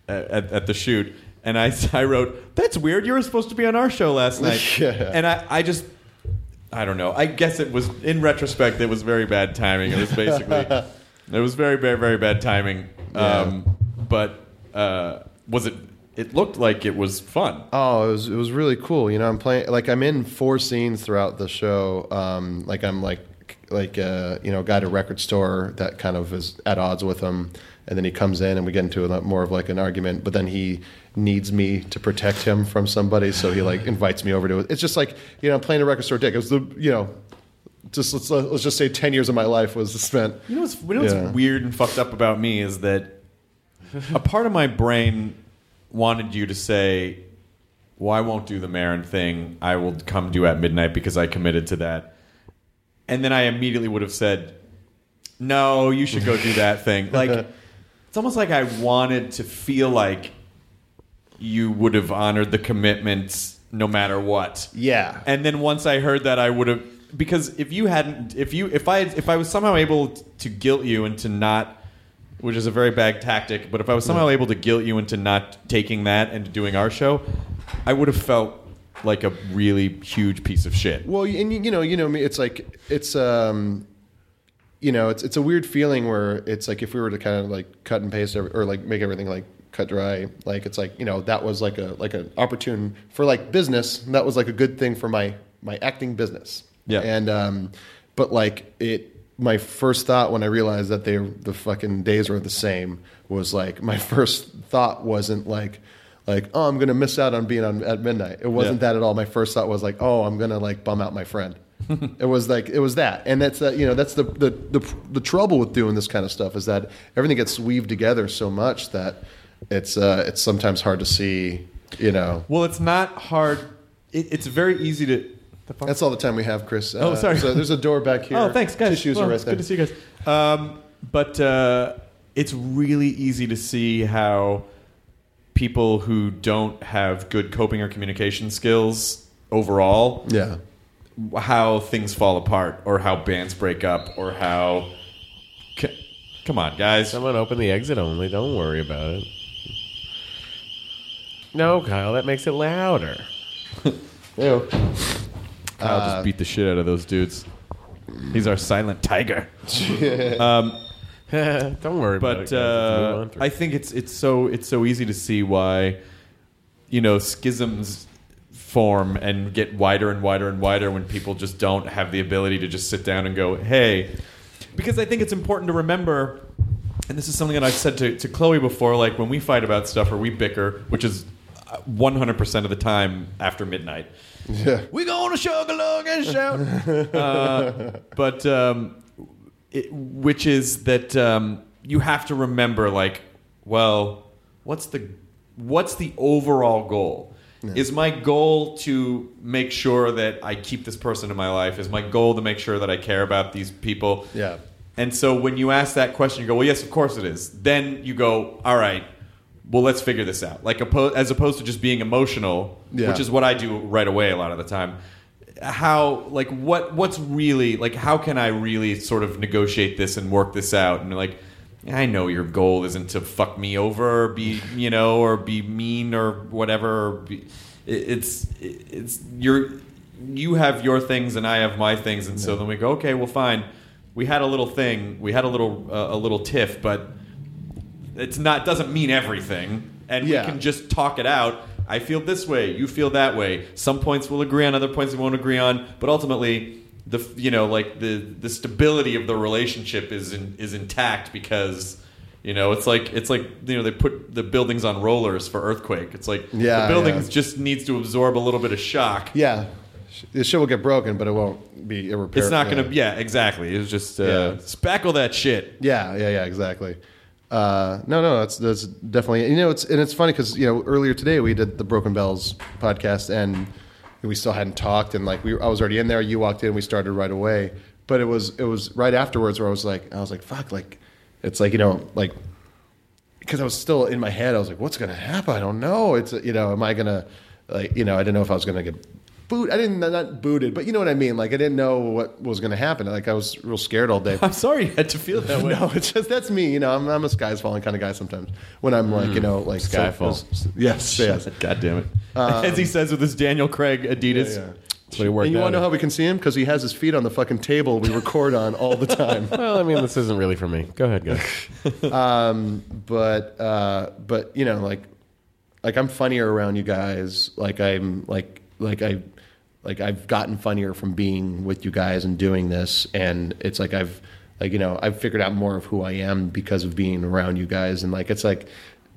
G: at, at the shoot, and I, <laughs> I wrote, "That's weird. You were supposed to be on our show last night."
H: Yeah.
G: And I, I just I don't know. I guess it was in retrospect, it was very bad timing. It was basically it was very very very bad timing. Um, but uh, was it? It looked like it was fun.
H: Oh, it was it was really cool. You know, I'm playing like I'm in four scenes throughout the show. Um, like I'm like like uh, you know, a guy at a record store that kind of is at odds with him, and then he comes in and we get into a lot more of like an argument. But then he needs me to protect him from somebody, so he like invites me over to it. It's just like you know, I'm playing a record store dick. It was the you know. Just let's, let's just say ten years of my life was spent.
G: You know what's, you know what's
H: Yeah.
G: weird and fucked up about me is that a part of my brain wanted you to say, "Well, I won't do the Marin thing. I will come do at midnight because I committed to that." And then I immediately would have said, "No, you should go do that thing." Like it's almost like I wanted to feel like you would have honored the commitments no matter what.
H: Yeah.
G: And then once I heard that, I would have because if you hadn't, if you, if I, if I was somehow able to guilt you into not, which is a very bad tactic, but if I was somehow able to guilt you into not taking that and doing our show, I would have felt like a really huge piece of shit.
H: Well, and you, you know, you know me. It's like it's um, you know, it's it's a weird feeling where it's like if we were to kind of like cut and paste every, or like make everything like cut dry, like it's like you know that was like a like an opportune for like business. That was like a good thing for my my acting business.
G: Yeah.
H: and um, but like it. My first thought when I realized that they the fucking days were the same was like my <laughs> first thought wasn't like like oh I'm gonna miss out on being on at midnight. It wasn't
G: Yeah.
H: that at all. My first thought was like, oh, I'm gonna like bum out
G: <laughs>
H: my friend. it was like it was that, and that's that. You know, that's the, the the the trouble with doing this kind of stuff is that everything gets weaved together so much that it's uh it's sometimes hard to see. You know,
G: Well, it's not hard. It, it's very easy to. The fuck?
H: that's all the time we have, Chris.
G: Oh,
H: Uh,
G: sorry.
H: So there's a door back here.
G: <laughs> Oh, thanks, guys.
H: Tissues
G: Well,
H: are right
G: it's
H: there.
G: Good to see you guys. Um, but uh, it's really easy to see how people who don't have good coping or communication skills overall,
H: Yeah.
G: how things fall apart, or how bands break up, or how. C- come on, guys.
F: someone open the exit only. Don't worry about it. No, Kyle, that makes it louder. <laughs>
H: <laughs> Ew.
G: Kyle just beat the shit out of those dudes. He's our silent tiger.
F: Don't worry about it.
G: but
F: guys. Let's move
G: uh,
F: on through.
G: I think it's it's so it's so easy to see why you know schisms form and get wider and wider and wider when people just don't have the ability to just sit down and go hey because I think it's important to remember and this is something that I've said to, to Chloe before like when we fight about stuff or we bicker which is uh, 100% of the time after midnight we going to sugarloaf and shout uh, but um, it, which is that um, you have to remember, like, well, what's the what's the overall goal? Is my goal to make sure that I keep this person in my life? Is my goal to make sure that I care about these people?
H: Yeah.
G: And so when you ask that question, you go, well, yes, of course it is. Then you go, all right, well, let's figure this out. Like, oppo- as opposed to just being emotional,
H: Yeah.
G: which is what I do right away a lot of the time. How, like, what, what's really, like, how can I really sort of negotiate this and work this out? And like, I know your goal isn't to fuck me over, or be, you know, or be mean or whatever. Or be, it- it's, it's, you're, you have your things and I have my things. And so then we go, okay, well, fine. We had a little thing, we had a little, uh, a little tiff, but it's not doesn't mean everything and
H: Yeah.
G: we can just talk it out i feel this way you feel that way some points we'll agree on other points we won't agree on but ultimately the f- you know like the the stability of the relationship is in, is intact because you know it's like it's like you know they put the buildings on rollers for earthquake it's like
H: Yeah,
G: the buildings
H: yeah.
G: just needs to absorb a little bit of shock
H: Yeah, Sh- the shit will get broken, but it won't be irreparable.
G: it's not gonna yeah exactly it's just uh,
H: Yeah.
G: spackle that shit
H: Yeah, yeah, yeah, exactly. Uh, no, no, that's that's definitely you know it's and it's funny because you know earlier today we did the Broken Bells podcast and we still hadn't talked and like we I was already in there. You walked in, we started right away, but it was it was right afterwards where I was like I was like fuck like it's like you know like because I was still in my head I was like what's gonna happen I don't know it's you know am I gonna like you know I didn't know if I was gonna get boot I didn't not booted but you know what I mean like I didn't know what was gonna happen like I was real scared all day.
G: i'm sorry you had to feel
H: <laughs>
G: that way
H: No, it's just that's me. You know, I'm, I'm a skies falling kind of guy sometimes. When I'm like, you
G: Mm,
H: know, like
G: Skyfall.
H: so-
G: <laughs>
H: yes, yes.
G: God damn it. <laughs> As he says with his Daniel Craig Adidas.
H: Um, Yeah, yeah.
G: That's what he worked
H: And you
G: out
H: want to know
G: in.
H: how we can see him because he has his feet on the fucking table we record on all the time.
F: Well, I mean, this isn't really for me. Go ahead, guys.
H: <laughs> But uh, but you know, like like I'm funnier around you guys. Like I'm like like I like I've gotten funnier from being with you guys and doing this, and it's like I've like you know I've figured out more of who I am because of being around you guys, and like it's like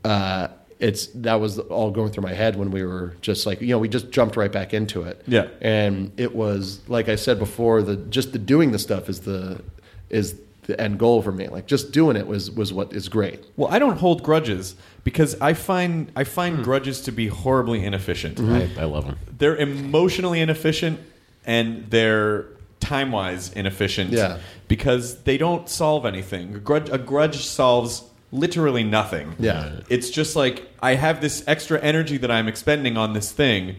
H: uh, it's that was all going through my head when we were just like you know we just jumped right back into it,
G: Yeah.
H: and it was like I said before the just the doing the stuff is the is the end goal for me like just doing it was was what is great
G: Well, I don't hold grudges because I find I
H: Hmm.
G: find grudges to be horribly inefficient.
H: Mm-hmm.
F: I, I love him.
G: They're emotionally inefficient and they're time wise inefficient.
H: Yeah.
G: Because they don't solve anything. A grudge, a grudge solves literally nothing.
H: Yeah.
G: It's just like I have this extra energy that I'm expending on this thing.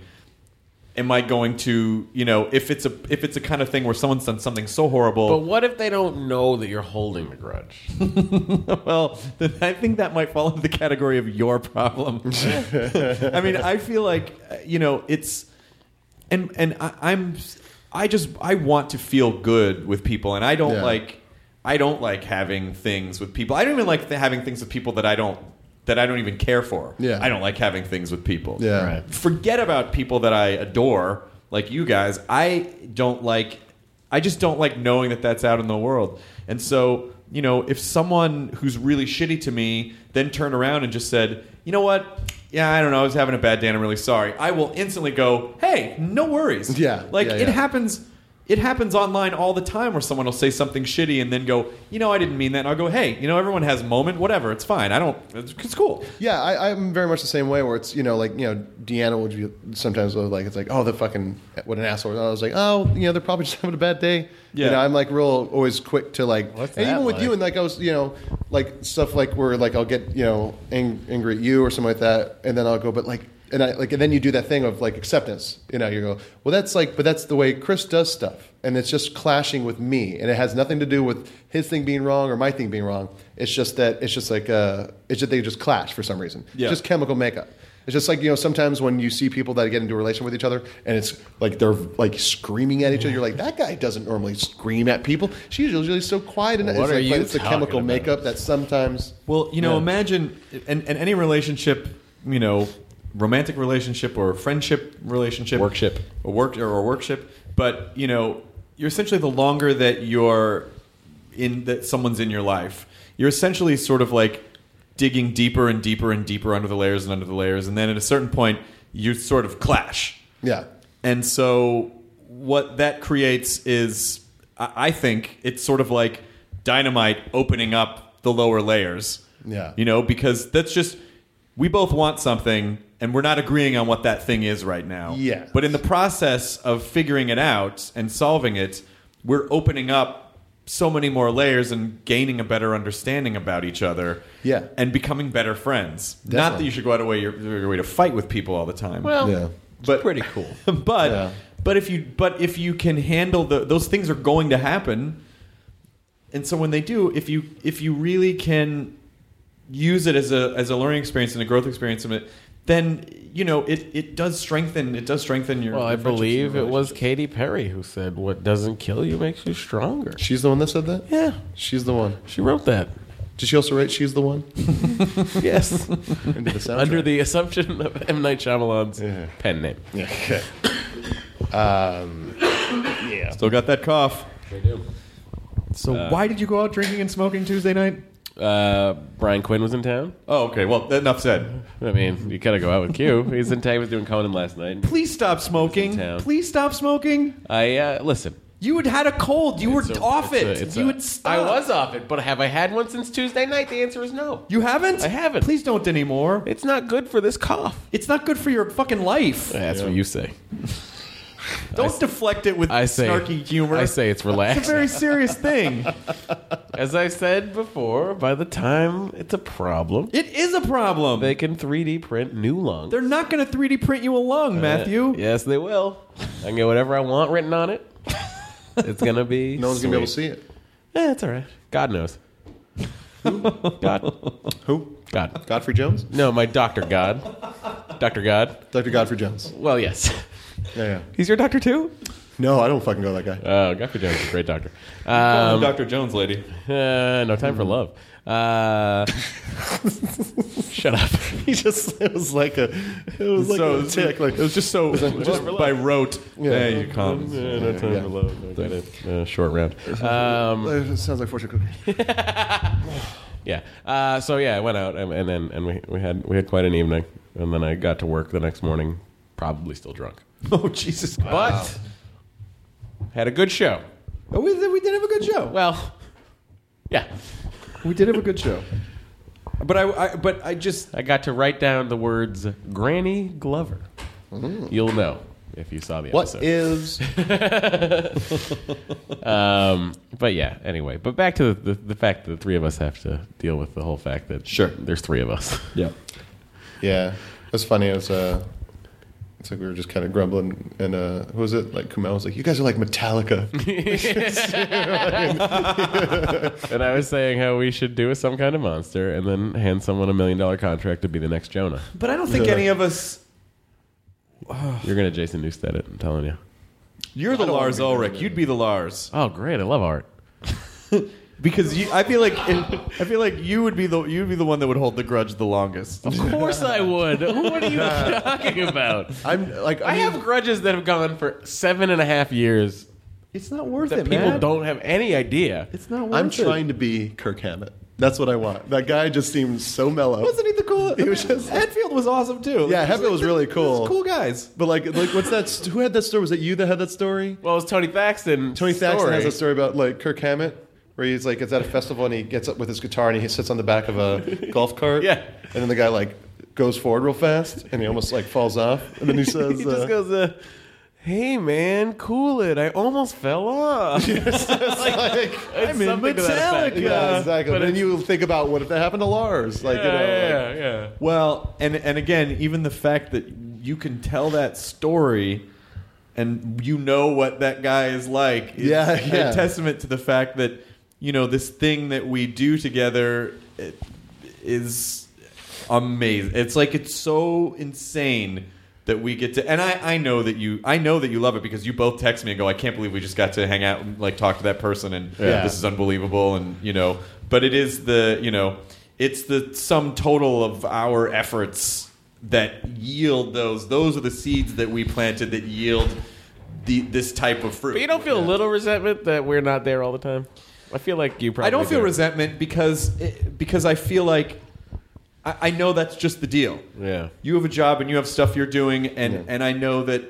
G: Am I going to, you know, if it's a if it's a kind of thing where someone's done something so horrible,
F: But what if they don't know that you're holding the grudge?
G: <laughs> well, then I think that might fall into the category of your problem. <laughs> I mean, I feel like uh, you know it's, and and I, I'm, I just I want to feel good with people, and I don't
H: Yeah.
G: like, I don't like having things with people. I don't even like th- having things with people that I don't that I don't even care for.
H: Yeah.
G: I don't like having things with people
H: yeah
F: Right.
G: forget about people that I adore, like you guys. I don't like. I just don't like knowing that that's out in the world. And so, you know, if someone who's really shitty to me then turned around and just said, you know what? Yeah, I don't know. I was having a bad day and I'm really sorry. I will instantly go, hey, no worries.
H: Yeah,
G: Like
H: yeah,
G: it
H: yeah.
G: happens. It happens online all the time where someone will say something shitty and then go, you know, I didn't mean that. And I'll go, hey, you know, everyone has a moment. Whatever. It's fine. I don't, it's, it's cool.
H: Yeah, I, I'm very much the same way. Where it's you know, like you know, Deanna would be sometimes like it's like, oh, the fucking what an asshole. I was like, oh, you know, they're probably just <laughs> having a bad day.
G: Yeah.
H: you know, I'm like real always quick to like,
F: What's
H: and
F: that
H: even with you
F: like?
H: and like I was you know like stuff like where like I'll get you know ang- angry at you or something like that, and then I'll go, but like. And I like, and then you do that thing of like acceptance. You know, you go, well, that's like, but that's the way Chris does stuff, and it's just clashing with me, and it has nothing to do with his thing being wrong or my thing being wrong. It's just that it's just like, uh, it's just they just clash for some reason.
G: Yeah.
H: Just chemical makeup. It's just like you know sometimes when you see people that get into a relation with each other and it's like they're like screaming at each other. You're like that guy doesn't normally scream at people. She's usually so quiet and
F: What
H: it's,
F: are
H: like,
F: you
H: it's the
F: talking
H: chemical
F: about?
H: makeup that sometimes.
G: Well, you know, imagine in, in any relationship, you know, romantic relationship or friendship relationship,
F: Workship.
G: a work or a workship. But you know, you're essentially the longer that you're in that someone's in your life, you're essentially sort of like digging deeper and deeper and deeper under the layers and under the layers, and then at a certain point, you sort of clash.
H: Yeah,
G: And so what that creates is, I I think, it's sort of like dynamite opening up the lower layers.
H: Yeah.
G: You know, because that's just we both want something and we're not agreeing on what that thing is right now.
H: Yeah.
G: But in the process of figuring it out and solving it, we're opening up so many more layers and gaining a better understanding about each other.
H: Yeah.
G: And becoming better friends. Not that
H: Definitely.
G: you should go out of way your, your way to fight with people all the time.
F: Well,
H: Yeah.
G: but
F: pretty cool.
G: <laughs> but
H: Yeah.
G: but if you but if you can handle the those things are going to happen and so when they do if you if you really can use it as a as a learning experience and a growth experience of it then you know it it does strengthen it does strengthen your
F: well, I
G: your friendships and
F: believe it was
G: relationships.
F: Katy Perry who said, "What doesn't kill you makes you stronger."
H: She's the one that said that.
F: Yeah,
H: She's the one.
F: she wrote that.
H: Did she also write "She's the one"?
F: <laughs> Yes,
H: Into the soundtrack.
F: under the assumption of M Night Shyamalan's pen name.
H: Yeah, okay.
G: still got that cough Uh, so why did you go out drinking and smoking Tuesday night
F: Uh, Brian Quinn was in town.
G: oh okay well enough said
F: I mean, you gotta go out with
G: <laughs>
F: Q. He's in town. He was doing Conan last night.
G: please stop smoking
F: town.
G: please stop smoking
F: I uh, listen.
G: you had had a cold you were
F: It's a-
G: off
F: it's
G: it
F: a- it's
G: you
F: a-
G: would stop
F: I was off it, but have I had one since Tuesday night? The answer is no.
G: You haven't?
F: I haven't.
G: Please don't anymore.
F: It's not good for this cough.
G: It's not good for your fucking life.
F: That's what you say.
G: Don't deflect it with
F: I say
G: snarky humor.
F: I say it's relaxed.
G: it's a <laughs> very serious thing.
F: <laughs> As I said before, by the time it's a problem,
G: It is a problem.
F: they can 3D print new lungs.
G: They're not going to 3D print you a lung,
F: Uh,
G: Matthew.
F: Yes, they will. I can get whatever I want written on it. It's gonna be.
H: <laughs> No one's gonna be able to see it.
F: Eh, it's all right. God knows. God.
H: Who?
F: God.
H: Godfrey Jones.
F: No, my doctor. God. Doctor God.
H: Dr. Godfrey Jones.
F: Well, yes.
H: Yeah, yeah.
F: He's your doctor too.
H: No, I don't fucking go that guy.
F: Uh, Dr. Jones is a great doctor. Um,
G: I'm Dr. Jones, lady.
F: Uh, no time for love. Uh, <laughs> shut
H: <laughs>
F: up.
H: He just it was like a it was like
G: So
H: a tick like
G: it was just <laughs> so just by rote. Yeah, you come.
F: Yeah, no time for love. Okay. Uh, short round. Um,
H: it sounds like fortune cookie.
F: yeah. Uh, so yeah, I went out and, and then and we, we had we had quite an evening, and then I got to work the next morning, probably still drunk,
G: <laughs> Oh Jesus!
F: but had a good show.
G: But Oh, we, did- we did have a good show.
F: Well, yeah,
G: We did have a good show. But I, I but I just
F: I got to write down the words Granny Glover.
G: Mm.
F: You'll know if you saw the
H: What
F: episode.
H: is
F: Um, but yeah, anyway. But back to the, the, the fact that the three of us have to deal with the whole fact that
G: Sure.
F: there's three of us. <laughs>
G: yeah.
H: Yeah. That's funny. It was uh it's like we were just kind of grumbling, and uh, who was it? Like Kumail was like, "You guys are like Metallica."
F: And I was saying how we should do some kind of monster and then hand someone a million dollar contract to be the next Jonah.
G: But I don't think any of us
F: You're gonna Jason Newstead it. I'm telling you.
G: You're the Lars Ulrich. You'd be the Lars
F: Oh, great! I love art.
G: because you, I feel like I feel like you would be the you'd be the one that would hold the grudge the longest.
F: Of course I would. what <laughs> are you talking about?
H: I'm like, I,
F: I have grudges that have gone for seven and a half years.
G: It's not worth
F: That people don't have any idea.
G: It's not worth
H: am
G: it.
H: trying to be Kirk Hammett. That's what I want. That guy just seemed so mellow.
G: Wasn't he the cool?
H: <laughs>
G: <laughs>
H: He was
F: <laughs>
H: just-
G: Hatfield was awesome too.
H: Yeah,
G: Like,
H: Hatfield was really
G: these
H: cool.
G: Cool guys.
H: But like, like, what's that? St- who had that story? Was it you that had that story?
F: Well, it's Tony Thaxton.
H: Tony Thaxton
F: story.
H: has a story about like Kirk Hammett, where he's like, it's at a festival and he gets up with his guitar and he sits on the back
F: <laughs>
H: of a golf cart.
F: Yeah.
H: And then the guy like goes forward real fast and he almost like falls off. And then he
F: <laughs>
H: says,
F: he
H: uh,
F: just
H: <laughs>
F: goes, uh, "Hey man, cool it! I almost fell off."
H: like,
F: I'm in
H: yeah, exactly.
F: But
H: But then you think about what if that happened to Lars? <laughs> Like, you know,
F: yeah,
H: like-
F: yeah.
G: Well, and and again, even the fact that you can tell that story. And you know what that guy is like. is
H: Yeah, yeah.
G: A testament to the fact that you know this thing that we do together it, is amazing. It's like it's so insane that we get to. And I, I know that you, I know that you love it because you both text me and go, "I can't believe we just got to hang out and like talk to that person, and
H: Yeah.
G: this is unbelievable." And you know, but it is the you know, it's the sum total of our efforts that yield those. Those are the seeds that we planted that yield. The, this type of fruit.
F: But you don't feel a little resentment that we're not there all the time. I feel like you probably.
G: I don't feel
F: do.
G: resentment because eh, because I feel like I, I know that's just the deal.
F: Yeah.
G: You have a job and you have stuff you're doing, and and I know that.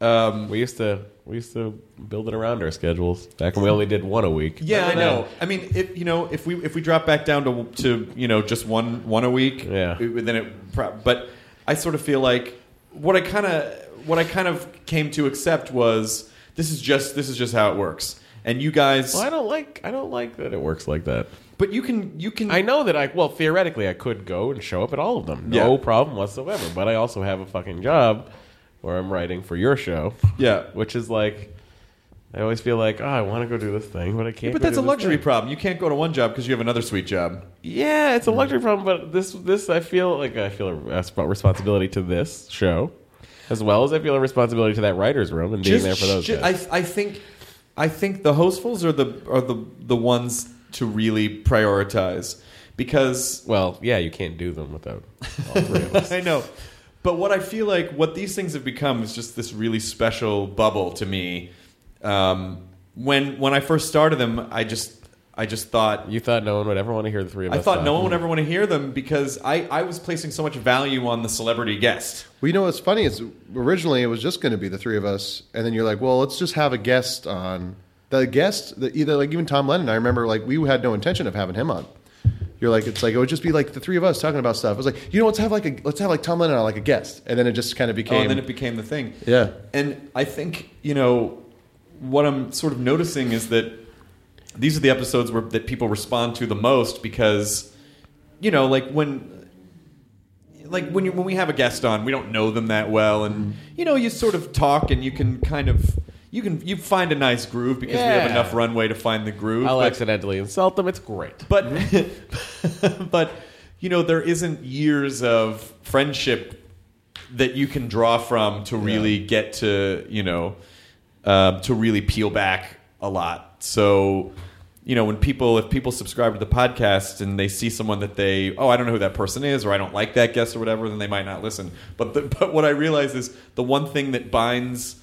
G: Um,
F: We used to we used to build it around our schedules back when we only did one a week.
G: yeah, I
F: But,
G: know. I mean, if you know, if we if we drop back down to to you know just one one a week,
F: Yeah.
G: it- then it. pro- But I sort of feel like what I kind of what I kind of came to accept was this is just this is just how it works. And you guys,
F: Well, I don't like I don't like that it works like that.
G: but you can you can
F: I know that I well theoretically I could go and show up at all of them, no
G: Yeah.
F: problem whatsoever. But I also have a fucking job where I'm writing for your show.
G: Yeah.
F: which is like I always feel like oh I want to go do this thing, but I can't.
G: But
F: go
G: that's
F: do
G: a
F: this
G: luxury
F: thing.
G: problem. You can't go to one job because you have another sweet job.
F: Yeah, it's a luxury problem, but this this I feel like I feel a resp- responsibility to this show, as well as I feel a responsibility to that writers' room and being there for those
G: ju-
F: guys.
G: I, I think, I think the hostfuls are the are the the ones to really prioritize because <laughs>
F: well, yeah, you can't do them without all three <laughs> of us.
G: I know. But what I feel like what these things have become is just this really special bubble to me. Um, when when I first started them, I just I just thought
F: You thought no one would ever want to hear the three of
G: I
F: us.
G: thought no
F: talk.
G: one would ever want to hear them because I, I was placing so much value on the celebrity guest.
H: Well, you know what's funny is originally it was just going to be the three of us, and then you're like, well, let's just have a guest on. The guest, the, either like even Tom Lennon, I remember like we had no intention of having him on. You're like, it's like it would just be like the three of us talking about stuff. It was like, you know, let's have like a let's have like Tom Lennon on like a guest, and then it just kind
G: Oh,
H: of became.
G: and then it became the thing.
H: Yeah.
G: And I think, you know, what I'm sort of noticing is that these are the episodes where that people respond to the most because you know, like when like when you when we have a guest on, we don't know them that well
H: Mm-hmm.
G: and you know, you sort of talk and you can kind of you can you find a nice groove because we have
F: Yeah.
G: enough runway to find the groove.
F: I'll
G: but-
F: accidentally insult them. It's great.
G: but <laughs> but you know there isn't years of friendship that you can draw from to really get to you know uh, to really peel back a lot so you know when people if people subscribe to the podcast and they see someone that they oh i don't know who that person is or i don't like that guest or whatever then they might not listen but the, <laughs> but what i realize is the one thing that binds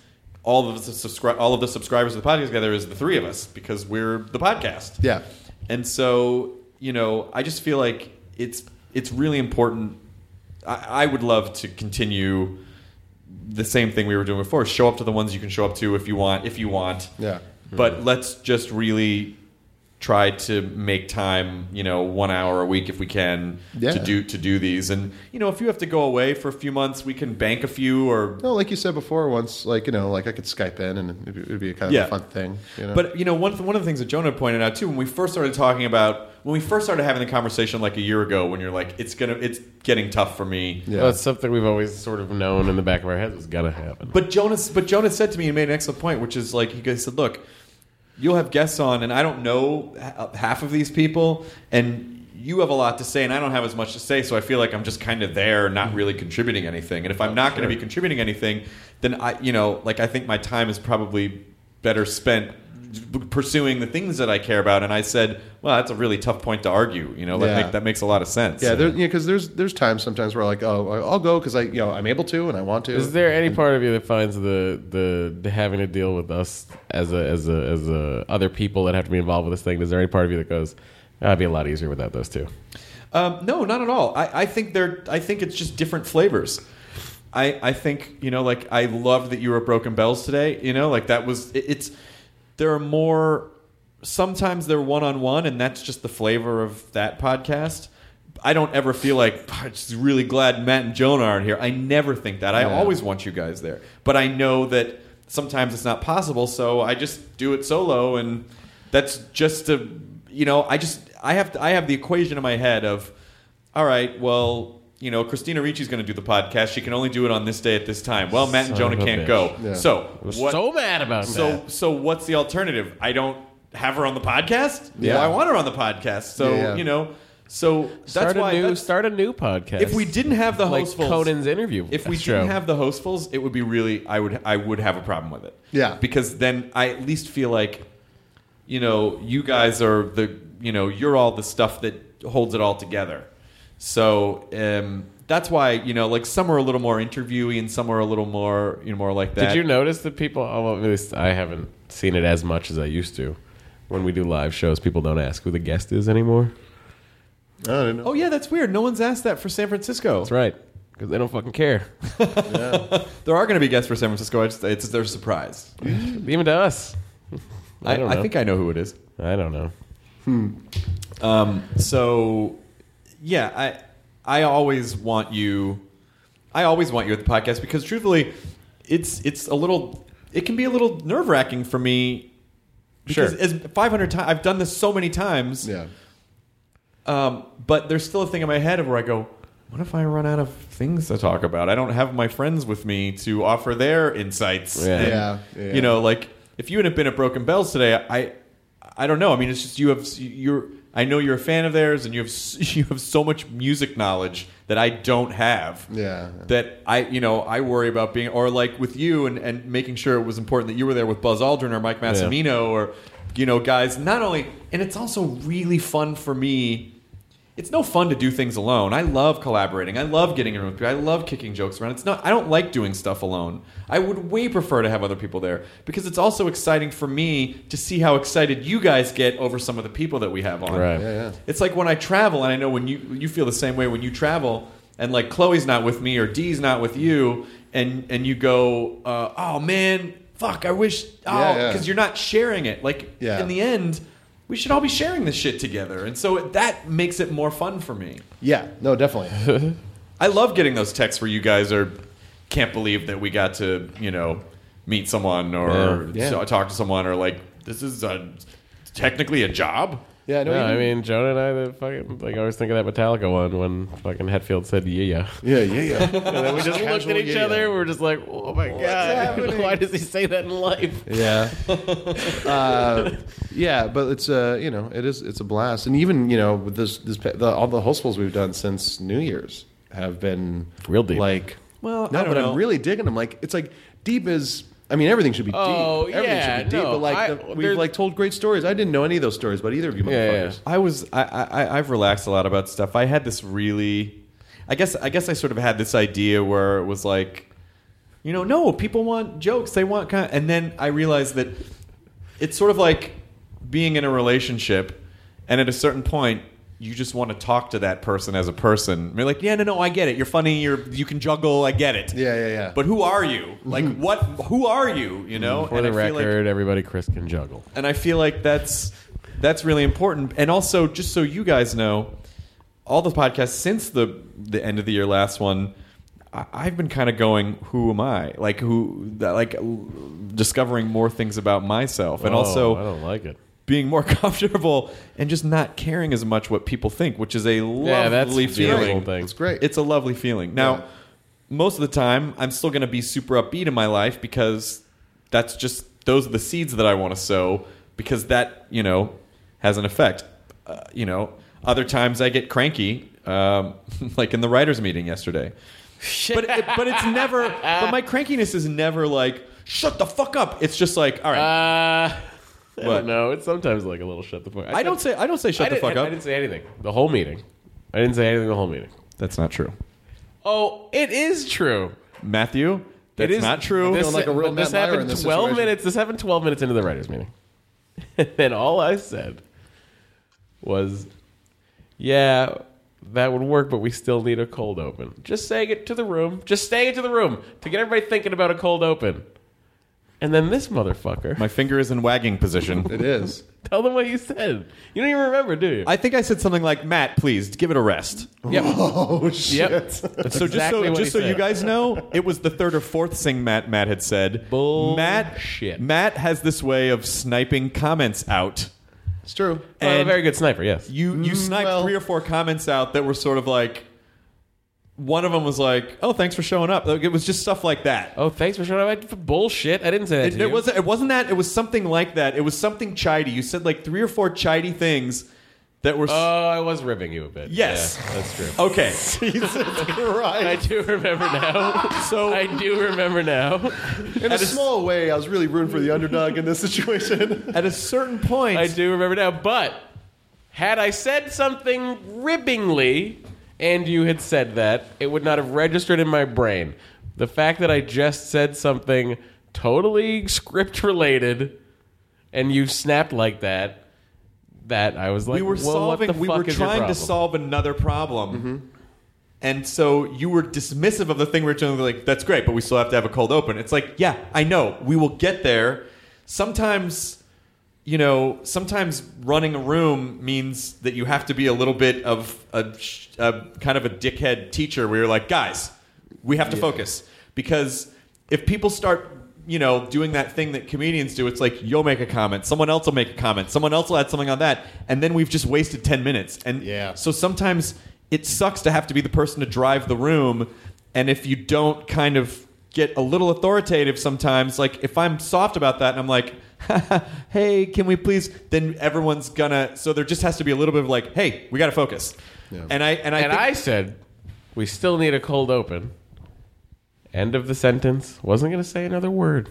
G: all of the subscri- all of the subscribers of the podcast together is the three of us because we're the podcast
H: Yeah.
G: and so, you know, I just feel like it's it's really important. I, I would love to continue the same thing we were doing before. Show up to the ones you can show up to if you want, if you want.
H: Yeah.
G: But let's just really try to make time, you know, one hour a week if we can
H: Yeah.
G: to do to do these. And you know, if you have to go away for a few months, we can bank a few or
H: no, like you said before, once like you know, like I could Skype in, and it'd be, it'd be kind of
G: Yeah.
H: a fun thing. You know?
G: But you know, one, th- one of the things that Jonah pointed out too, when we first started talking about, when we first started having the conversation like a year ago, when you're like, it's gonna, it's getting tough for me.
H: yeah,
F: Well, it's something we've always sort of known in the back of our heads was gonna happen.
G: But Jonas, but Jonas said to me, he made an excellent point, which is like, he guys said, look, you'll have guests on, and I don't know h- half of these people, and you have a lot to say, and I don't have as much to say, so I feel like I'm just kind of there,
H: Hmm.
G: not really contributing anything. And if
H: Oh,
G: I'm not going to be contributing anything, then I, you know, like I think my time is probably better spent pursuing the things that I care about. And I said, well, that's a really tough point to argue. You know, that,
H: Yeah.
G: make, that makes a lot of sense.
H: yeah, there, you because there's there's times sometimes where like, oh, I'll go because I you know I'm able to and I want to.
F: Is there any part of you that finds the, the the having to deal with us as a as a as a other people that have to be involved with this thing? Is there any part of you that goes, "Ah, "It'd be a lot easier without those two?
G: Um, no, not at all. I, I think they're. I think it's just different flavors. I, I think you know, like I love that you were at Broken Bells today. You know, like that was it, it's. There are more. Sometimes they're one on one, and that's just the flavor of that podcast. I don't ever feel like "Oh, I'm just really glad Matt and Jonah aren't here. I never think that. I always want you guys there, but I know that sometimes it's not possible. So I just do it solo, and that's just a you know i just i have to, i have the equation in my head of all right well you know christina ricci's going to do the podcast she can only do it on this day at this time well matt and
F: Son
G: jonah
F: of a
G: can't
F: bitch.
G: go
H: Yeah.
G: so
F: I was
G: what
F: so mad about
G: so so what's the alternative i don't have her on the podcast
H: Yeah.
G: well, i want her on the podcast so
H: Yeah, yeah.
G: you know so that's
F: start
G: why
F: a new
G: that's-
F: start a new podcast.
G: if we didn't have the
F: like
G: hostfuls-
F: Conan's interview,
G: if we
F: show.
G: didn't have the hostfuls, it would be really. I would. I would have a problem with it.
H: Yeah.
G: Because then I at least feel like, you know, you guys are the. You know, you're all the stuff that holds it all together. So um, that's why you know, like some are a little more interviewy and some are a little more you know more like that.
F: Did you notice that people? Oh, well, at least I haven't seen it as much as I used to. When we do live shows, people don't ask who the guest is anymore.
H: I don't know.
G: Oh yeah, that's weird. No one's asked that for San Francisco.
F: That's right. because they don't fucking care. <laughs>
G: There are going to be guests for San Francisco. I just, it's their surprise.
F: Even to
G: <laughs>
F: us. I
G: I,
F: don't
G: I,
F: know.
G: think I know who it is.
F: I don't know.
G: So, yeah, I I always want you. I always want you at the podcast because, truthfully, it's it's a little. It can be a little nerve wracking for me. because
F: Sure.
G: As 500 times, I've done this so many times.
H: Yeah.
G: Um, but there's still a thing in my head of where I go, what if I run out of things to talk about? I don't have my friends with me to offer their insights.
F: Yeah.
H: Yeah, yeah.
G: You know, like if you hadn't been at Broken Bells today, I, I don't know. I mean, it's just you have you're. I know you're a fan of theirs, and you have <laughs> s- you have so much music knowledge that I don't have.
H: Yeah.
G: That I, you know, I worry about being or like with you and and making sure it was important that you were there with Buzz Aldrin or Mike Massimino or you know guys. Not only, and it's also really fun for me it's no fun to do things alone. I love collaborating. I love getting in with people. I love kicking jokes around. It's not. I don't like doing stuff alone. I would way prefer to have other people there because it's also exciting for me to see how excited you guys get over some of the people that we have on.
F: Right. Yeah,
G: It's like when I travel, and I know when you you feel the same way when you travel, and like Chloe's not with me or Dee's not with you, and and you go, uh, oh man, fuck, I wish, oh,
H: Yeah, yeah.
G: because you're not sharing it. Like
H: Yeah.
G: in the end. We should all be sharing this shit together, and so that makes it more fun for me.
H: Yeah. No, definitely.
G: I love getting those texts where you guys are can't believe that we got to you know meet someone or
H: Yeah.
G: so- talk to someone or like this is a, technically a job.
F: <laughs>
H: Yeah. No,
F: No, I
H: you-
F: mean Jonah and I, the fucking like, I was thinking that Metallica one when fucking Hetfield said "yeah, yeah."
H: yeah. Yeah. Yeah.
F: <laughs> And then we just looked
H: Casual
F: at each
H: yeah,
F: other.
H: yeah.
F: We were just like, "Oh my god, <laughs> why does he say that in life?"
H: yeah
F: <laughs>
H: uh, yeah but it's a you know it is it's a blast and even you know with this this pa- the, all the hostefuls we've done since new year's have been
F: Real deep.
H: like
G: Well,
H: no
G: I don't
H: but
G: know.
H: i'm really digging them like it's like deep is I mean, everything should be deep.
F: Oh,
H: everything
F: yeah,
H: should be deep.
F: no,
H: but like,
F: I-
H: the,
F: there-
H: we've like told great stories. I didn't know any of those stories about either of you motherfuckers.
F: yeah, yeah.
G: I was I, I I've relaxed a lot about stuff. I had this really, I guess I guess I sort of had this idea where it was like, you know, no people want jokes, they want kind, and then I realized that it's sort of like being in a relationship, and at a certain point. You just want to talk to that person as a person. And you're like, yeah, no, no, I get it. You're funny. You're you can juggle. I get it.
H: Yeah, yeah, yeah.
G: But who are you? Like, what? Who are you? You know.
F: Mm-hmm. For
G: Oh, And
F: the
G: I feel like-
F: record, everybody, Chris can juggle.
G: and I feel like that's that's really important. And also, just so you guys know, all the podcasts since the the end of the year last one, I, I've been kind of going, "Who am I?" Like who, that- like l- discovering more things about myself, and
F: Oh, I
G: also
F: don't like it.
G: being more <laughs> comfortable and just not caring as much what people think, which is a lovely
F: Yeah, that's the
G: feeling.
F: beautiful thing.
H: It's great.
G: It's a lovely feeling. Now, most of the time, I'm still going to be super upbeat in my life because that's just those are the seeds that I want to sow because that you know has an effect. Uh, you know, other times I get cranky, um, <laughs> like in the writers' meeting yesterday. but
F: <laughs>
G: it, but it's never. But my crankiness is never like shut the fuck up. It's just like all right.
F: Uh, I
G: What?
F: don't know. It's sometimes like a little shut the fuck.
G: I don't say I don't say
F: I
G: shut the
F: didn't-
G: fuck
F: I-
G: up.
F: I didn't say anything. The whole meeting. I didn't say anything. The whole meeting.
G: that's not true,
F: Oh, it is true.
G: Matthew. That's
F: it is
G: not
F: <laughs>
G: true.
H: Feeling like a real
F: but this
H: Matt Lauer
F: happened
H: in this
F: 12
H: situation.
F: minutes. This happened 12 minutes into the writers' meeting. <laughs> and all I said was, "Yeah, that would work, but we still need a cold open." Just saying it to the room. Just saying it to the room to get everybody thinking about a cold open. And then this motherfucker.
G: my finger is in wagging position.
H: it is.
F: <laughs> Tell them what you said. You don't even remember, do <laughs> you?
G: I think I said something like, "Matt, please give it a rest."
H: Oh shit!
F: yep.
G: So just
F: exactly
G: so
F: what
G: just so
F: he
G: you
F: said.
G: guys know, it was the third or fourth thing Matt Matt had said. Matt
F: Bullshit.
G: Matt has this way of sniping comments out.
H: It's true.
F: Oh, a
G: And
F: very good sniper. Yes.
G: you you sniped
H: well-
G: three or four comments out that were sort of like one of them was like, "Oh, thanks for showing up." Like, it was just stuff like that.
F: oh, thanks for showing up. I- Bullshit. I didn't say that.
G: It,
F: to
G: it
F: you.
G: wasn't. It wasn't that. It was something like that. It was something chidey. You said like three or four chidey things that were. s-
F: Oh, I was ribbing you a bit.
G: Yes.
F: Yeah, that's true.
G: okay.
F: <laughs>
G: <laughs>
F: I do remember now.
G: So
F: I do remember now.
H: In a small way, I was really rooting for the underdog in this situation.
G: at a certain point,
F: I do remember now. But had I said something ribbingly and you had said that, it would not have registered in my brain. The fact that I just said something totally script related and you snapped like that, that I was like,
G: we were
F: well, what
G: solving
F: the
G: we
F: fuck
G: were
F: is your
G: trying to
F: problem?
G: solve another problem And so you were dismissive of the thing we're doing, like, that's great, but we still have to have a cold open. It's like, yeah, I know. We will get there. Sometimes, you know, sometimes running a room means that you have to be a little bit of a, sh- a kind of a dickhead teacher where you're like, guys, we have to focus. Because if people start, you know, doing that thing that comedians do, it's like, you'll make a comment, someone else will make a comment, someone else will add something on that. And then we've just wasted 10 minutes. And
H: Yeah.
G: so sometimes it sucks to have to be the person to drive the room. And if you don't kind of get a little authoritative sometimes, like if I'm soft about that and I'm like, <laughs> hey, can we please? Then everyone's gonna. So there just has to be a little bit of like, hey, we gotta focus. And I and I
F: and
G: think-
F: I said, we still need a cold open. End of the sentence. Wasn't going to say another word.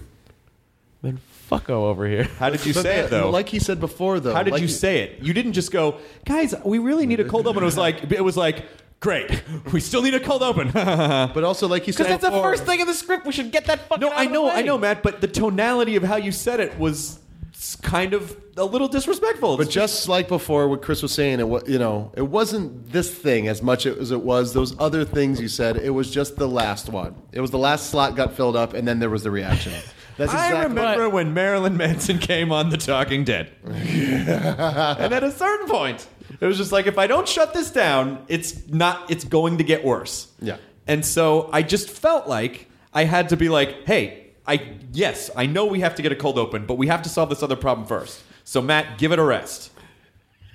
F: Then fucko over here.
G: how did you say it though?
H: Like he said before, though.
G: How did
H: like
G: you say it? You didn't just go, guys. We really need a cold open. It was like it was like. Great. We still need a cold open. <laughs> no,
H: But also, like he said
F: Because that's the
H: before,
F: first thing in the script. We should get that fucking. out
G: I
F: of the
G: know, I
F: way.
G: know, Matt, but the tonality of how you said it was s- kind of a little disrespectful.
H: But just like before, what Chris was saying, it wa- you know, it wasn't this thing as much as it was those other things you said. It was just the last one. It was the last slot got filled up, and then there was the reaction.
F: <laughs>
H: That's exactly.
G: I remember when Marilyn Manson <laughs> came on The Talking Dead. and at a certain point, it was just like if I don't shut this down, it's not it's going to get worse.
H: Yeah.
G: And so I just felt like I had to be like, "Hey, I yes, I know we have to get a cold open, but we have to solve this other problem first. So Matt, give it a rest."
F: <laughs>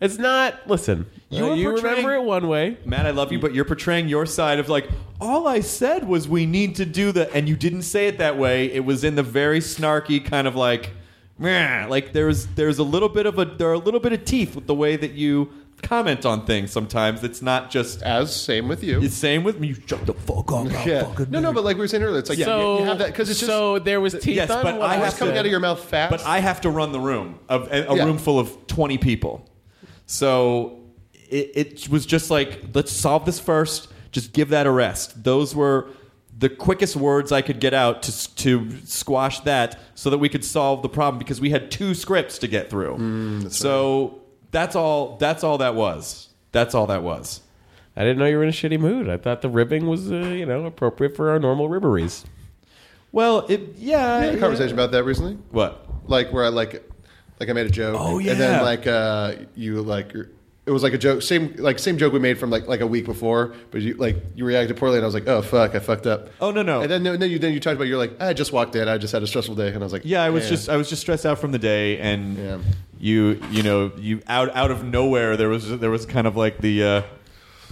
F: It's not. Listen,
G: You
F: you,
G: were
F: you
G: portraying-
F: remember it one way.
G: Matt, I love you, but you're portraying your side of like, all I said was we need to do the, and you didn't say it that way. It was in the very snarky kind of like, meh, like there's there's a little bit of a there are a little bit of teeth with the way that you comment on things sometimes. It's not just
H: <laughs> as same with you.
G: it's same with me. You shut the fuck up. I'll
H: <laughs> yeah.
G: fucking-
H: No, no, but like we were saying earlier, it's like
F: So
H: you, you have that because it's just
F: so there was teeth
G: Yes,
F: on
G: but
F: what
G: I
F: I
G: have
H: it's coming
G: to-
F: said.
H: out of your mouth fast.
G: But I have to run the room of a, a
H: Yeah.
G: room full of twenty people. So it, it was just like, let's solve this first. Just give that a rest. Those were the quickest words I could get out to s- to squash that, so that we could solve the problem because we had two scripts to get through.
H: Mm,
G: so that's all. That's all that was. That's all that was.
F: I didn't know you were in a shitty mood. I thought the ribbing was, uh, you know, appropriate for our normal ribberies.
G: Well, it yeah.
H: I had a conversation about that recently,
G: What?
H: like where I like, like I made a joke.
G: Oh,
H: And then
G: yeah.
H: like uh, you like. you're- It was like a joke, same like same joke we made from like like a week before, but you like you reacted poorly, and I was like, oh fuck, I fucked up.
G: Oh, no, no.
H: And then then you then you talked about you're like I just walked in, I just had a stressful day, and I was like,
G: Yeah, I was just I was just stressed out from the day, and
H: Yeah.
G: you you know you out out of nowhere there was there was kind of like the uh,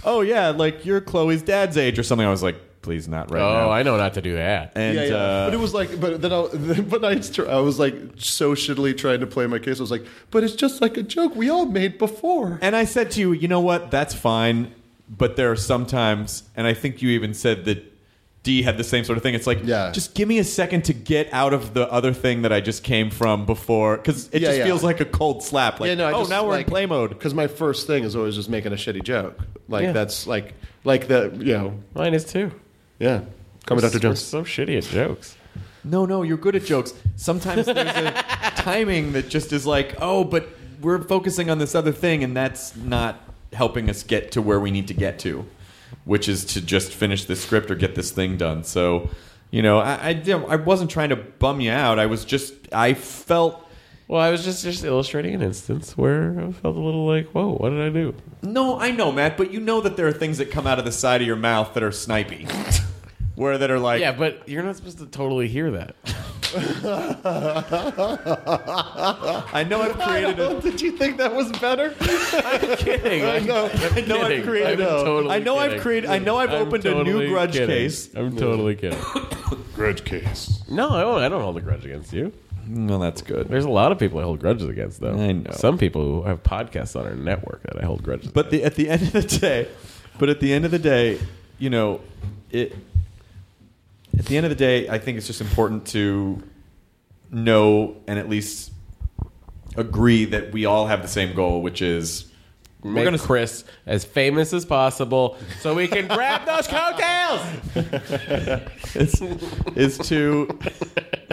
G: oh yeah like you're Chloe's dad's age or something. I was like, please not right now.
F: Oh, know not to do that.
G: and
H: yeah, yeah.
G: Uh,
H: but it was like, but then I, <laughs> but I, just- I was like so shittily trying to play my case. I was like, but it's just like a joke we all made before.
G: and I said to you, you know what? That's fine, but there are sometimes, and I think you even said that D had the same sort of thing. It's like,
H: Yeah.
G: just give me a second to get out of the other thing that I just came from before, because it
H: Yeah,
G: just
H: yeah.
G: feels like a cold slap. Like, oh, now we're in play mode.
H: because my first thing is always just making a shitty joke. Like that's like like the you know
F: Mine is too.
H: yeah. Come Dr.
F: We're
H: Jones.
F: so shitty at jokes.
G: No, no, you're good at jokes. Sometimes there's
H: <laughs>
G: a timing that just is like, oh, but we're focusing on this other thing, and that's not helping us get to where we need to get to, which is to just finish this script or get this thing done. So, you know, I, I, didn't- I wasn't trying to bum you out. I was just, I felt.
F: Well, I was just just illustrating an instance where I felt a little like, whoa, what did I do?
G: No, I know, Matt, but you know that there are things that come out of the side of your mouth that are snipey. <laughs> Where that are like,
F: Yeah, but you're not supposed to totally hear that. <laughs>
G: I know
H: <laughs>
G: I've created a,
H: Did you think that was
G: <laughs>
H: better?
F: kidding. I
H: know.
G: I know I've created.
F: I'm
G: a-
F: totally
G: I know I've
F: kidding.
G: created. I know I've
F: I'm
G: opened a
F: totally
G: new grudge
F: kidding.
G: case.
F: I'm totally kidding.
H: Grudge case.
F: No, I don't, I don't hold a grudge against you.
G: Well, that's good.
F: There's a lot of people I hold grudges against, though.
G: I know.
F: Some people who have podcasts on our network that I hold grudges.
G: But the, at the end of the day, but at the end of the day, you know, it. At the end of the day, I think it's just important to know and at least agree that we all have the same goal, which is
F: we're Make
G: gonna-
F: Chris as famous as possible, so we can grab those coattails.
G: is, is to
H: <laughs>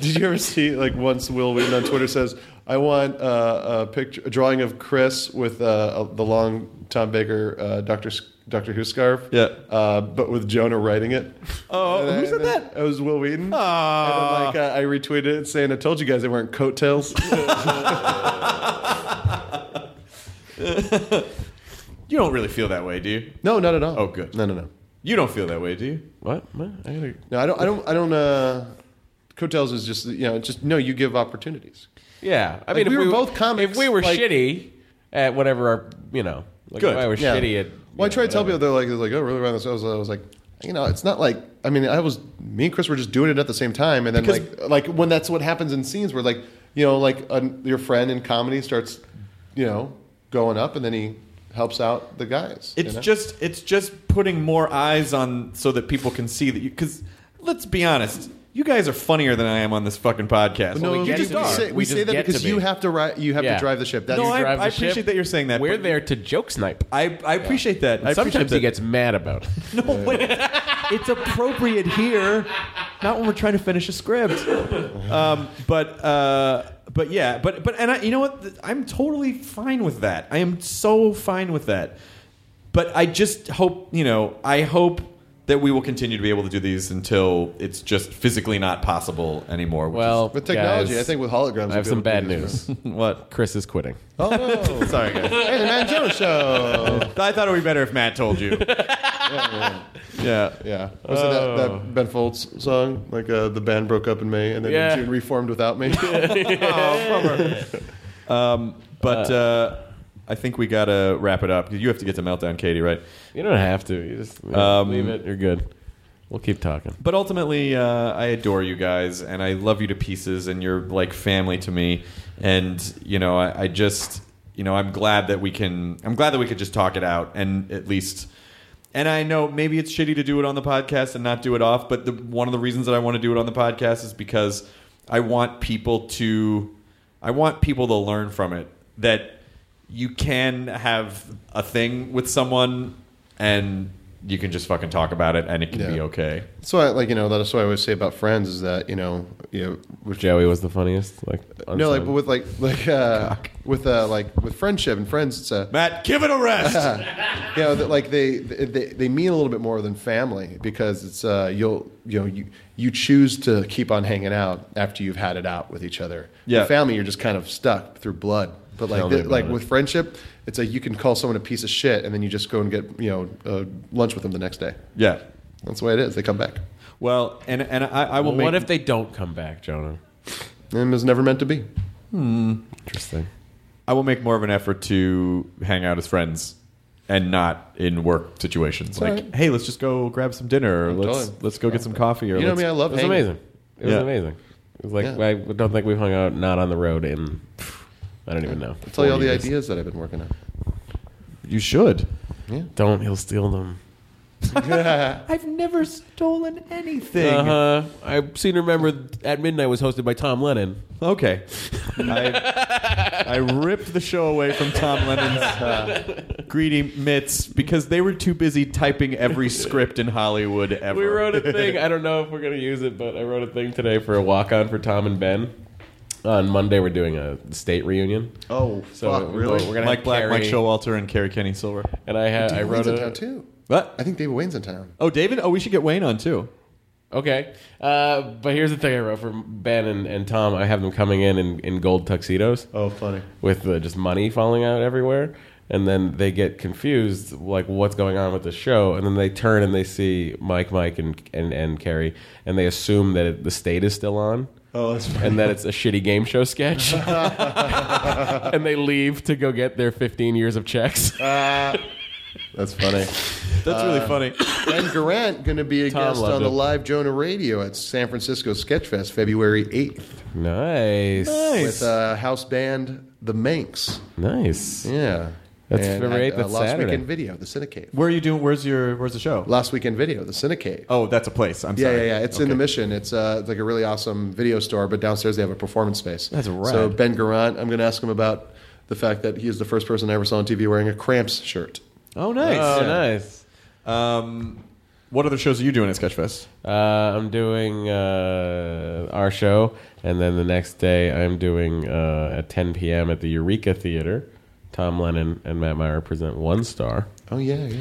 H: Did you ever see like once Will Wheaton on Twitter says, I want uh, a picture, a drawing of Chris with uh, a, the long Tom Baker uh, Doctor S- Doctor Who scarf.
G: Yeah.
H: uh, but with Jonah writing it.
G: <laughs> Oh,
H: And
G: who
H: I-
G: said
H: and then-
G: that?
H: It was Will Wheaton.
G: Ah.
H: And then, like uh, I retweeted it saying, "I told you guys they weren't coattails." <laughs>
G: You don't really feel that way, do you?
H: no, not at all.
G: Oh, good.
H: No, no, no.
G: You don't feel that way, do you?
F: What? What? I gotta-
H: No, I don't. I don't. I don't. Uh, coattails is just you know just no. You give opportunities.
F: Yeah, I mean,
H: we
F: if
H: were
F: we
H: both comics,
F: if we were
H: like-
F: shitty at whatever our, you know, like
G: Good.
F: if I was
H: Yeah.
F: shitty at.
H: Well, I
F: you know,
H: try to tell
F: whatever.
H: people they're like, they're like, oh, really? Around this, I was, I was like, you know, it's not like I mean, I was me and Chris were just doing it at the same time, and then like, like when that's what happens in scenes where like, you know, like an your friend in comedy starts, you know, going up, and then he helps out the guys. you
G: It's
H: know?
G: just it's just putting more eyes on so that people can see that you. Because let's be honest, you guys are funnier than I am on this fucking podcast.
H: no,
F: we
H: we,
F: get
H: just
F: to be.
H: say, we,
F: We
H: say
F: just
H: that
F: get to
H: because you
F: be.
H: have to ri- you have
F: Yeah.
H: to drive the ship. That's
G: No, I-
F: Drive the
G: appreciate
F: ship.
G: that you're saying that,
F: We're
G: but-
F: there to joke snipe.
G: I I appreciate that. I appreciate
F: Sometimes
G: that.
F: he gets mad about it.
G: <laughs> no. But it's appropriate here, not when we're trying to finish a script. Um, but uh, but yeah, but but and I, you know what? Th- I'm totally fine with that. I am so fine with that. But I just hope you know. I hope that we will continue to be able to do these until it's just physically not possible anymore. which
F: Well, <laughs>
H: with technology.
F: guys,
H: I think with holograms,
F: I have
H: we'll
F: some
H: be able
F: bad
H: to do this.
F: news.
G: is- what?
F: Chris is quitting. <laughs>
H: Oh, no.
G: Sorry, guys.
H: hey, the Man Joe Show.
G: I thought it would be better if Matt
F: <laughs>
G: told you. yeah.
H: Yeah. Was it that, that Ben Folds song? Like uh, the band broke up in May and then
F: Yeah.
H: in June reformed without me? <laughs>
G: But uh, I think we gotta wrap it up because you have to get to meltdown, Katie, right?
F: You don't have to. You just
G: Um,
F: leave it. You're good. We'll keep talking.
G: But ultimately, uh, I adore you guys, and I love you to pieces, and you're like family to me. And you know, I, I just, you know, I'm glad that we can. I'm glad that we could just talk it out, and at least. And I know maybe it's shitty to do it on the podcast and not do it off, but the, one of the reasons that I want to do it on the podcast is because I want people to, I want people to learn from it that you can have a thing with someone and you can just fucking talk about it and it can
H: Yeah.
G: be okay.
H: That's why, like you know, that's what I always say about friends is that you know, you know, with,
F: Joey was the funniest. Like
H: no, like but with like like uh, with uh, like with friendship and friends, it's a
G: Matt, give it a
H: <laughs>
G: rest.
H: you know that like they, they they mean a little bit more than family because it's uh you'll you know you you choose to keep on hanging out after you've had it out with each other.
G: Yeah.
H: With family, you're just kind of stuck through blood. But like
G: me
H: th-
G: about
H: like
G: it.
H: with friendship, it's like you can call someone a piece of shit and then you just go and get you know uh, lunch with them the next day.
G: yeah.
H: That's the way it is. They come back.
G: Well, and and I, I will
F: well,
G: make.
F: what if they don't come back, Jonah?
H: And it was never meant to be.
F: Interesting.
G: I will make more of an effort to hang out as friends and not in work situations. Like,
H: right.
G: hey, let's just go grab some dinner, or let's
H: totally-
G: let's go get some coffee, or
H: You know
G: let's-
H: me, I
F: It
H: love
F: was
H: hanging.
F: amazing. It was
G: Yeah.
F: amazing. It was like
H: Yeah.
F: I don't think we've hung out not on the road in I don't even know.
H: I'll tell you all
F: 40
H: the
F: years.
H: ideas that I've been working on.
G: You should.
H: <laughs>
F: <laughs> Don't he'll steal them.
G: I've never stolen anything.
F: Uh, I seem to remember at midnight was hosted by Tom Lennon.
G: Okay. I, I ripped the show away from Tom Lennon's uh, greedy mitts because they were too busy typing every script in Hollywood ever.
F: We wrote a thing. I don't know if we're gonna use it, but I wrote a thing today for a walk on for Tom and Ben. On Monday, we're doing a state reunion.
H: Oh,
F: So
H: fuck,
F: we're-
H: really?
F: We're gonna
G: Mike
F: have
G: Black,
F: Carrie,
G: Mike Showalter, and Carrie Kenny Silver.
F: and I had I
H: David
F: wrote
H: Wayne's in town
F: a
H: too.
G: What?
H: I think David Wayne's in town.
G: Oh, David. Oh, we should get Wayne on too.
F: okay. Uh, but here's the thing I wrote for Ben and, and Tom. I have them coming in in, in gold tuxedos.
H: Oh, funny.
F: with uh, just money falling out everywhere. And then they get confused, like what's going on with the show. And then they turn and they see Mike, Mike, and and, and Carrie, and they assume that it, the state is still on.
H: Oh, that's funny.
F: And that it's a shitty game show sketch, <laughs>
H: <laughs>
F: and they leave to go get their 15 years of checks.
H: Uh, That's funny.
G: That's
F: Uh,
G: really
F: <coughs>
G: funny.
H: and Garant going to be a
F: Tom
H: guest
F: loved
H: on the
F: it.
H: live Jonah Radio at San Francisco Sketchfest February 8th
F: nice,
H: with uh, house band The Manx.
F: nice.
H: Yeah.
F: That's
H: And
F: February
H: at, uh,
F: 8th, that's
H: Last
F: Saturday.
H: Weekend Video, The Cinecave.
G: Where are you doing? Where's your Where's the show?
H: Last Weekend Video, The Cinecave.
G: Oh, that's a place. I'm
H: Yeah, yeah,
G: sorry.
H: yeah. It's in the mission. It's uh, it's like a really awesome video store, but downstairs they have a performance space.
G: That's rad.
H: So Ben Garant, I'm going to ask him about the fact that he is the first person I ever saw on TV wearing a Cramps shirt.
G: Oh, nice.
F: Oh,
G: Yeah.
F: nice.
G: Um, What other shows are you doing at Sketchfest?
F: Uh, I'm doing uh, our show, and then the next day I'm doing uh, at 10 p.m. at the Eureka Theater. Tom Lennon and Matt Meyer present One Star,
H: Oh yeah, yeah.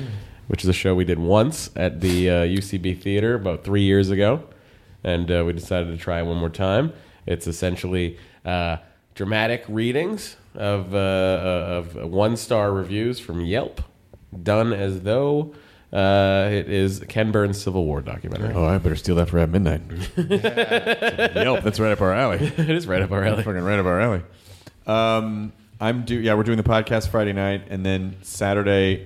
F: which is a show we did once at the uh, UCB Theater about three years ago, and uh, we decided to try it one more time. It's essentially uh, dramatic readings of uh, of one star reviews from Yelp, done as though uh, it is Ken Burns' Civil War documentary.
G: Oh, I better steal that for at midnight. <laughs> Yelp, that's right up our alley.
F: <laughs> it is right up our alley.
G: Fucking right up our alley. Um, I'm do yeah, we're doing the podcast Friday night, and then Saturday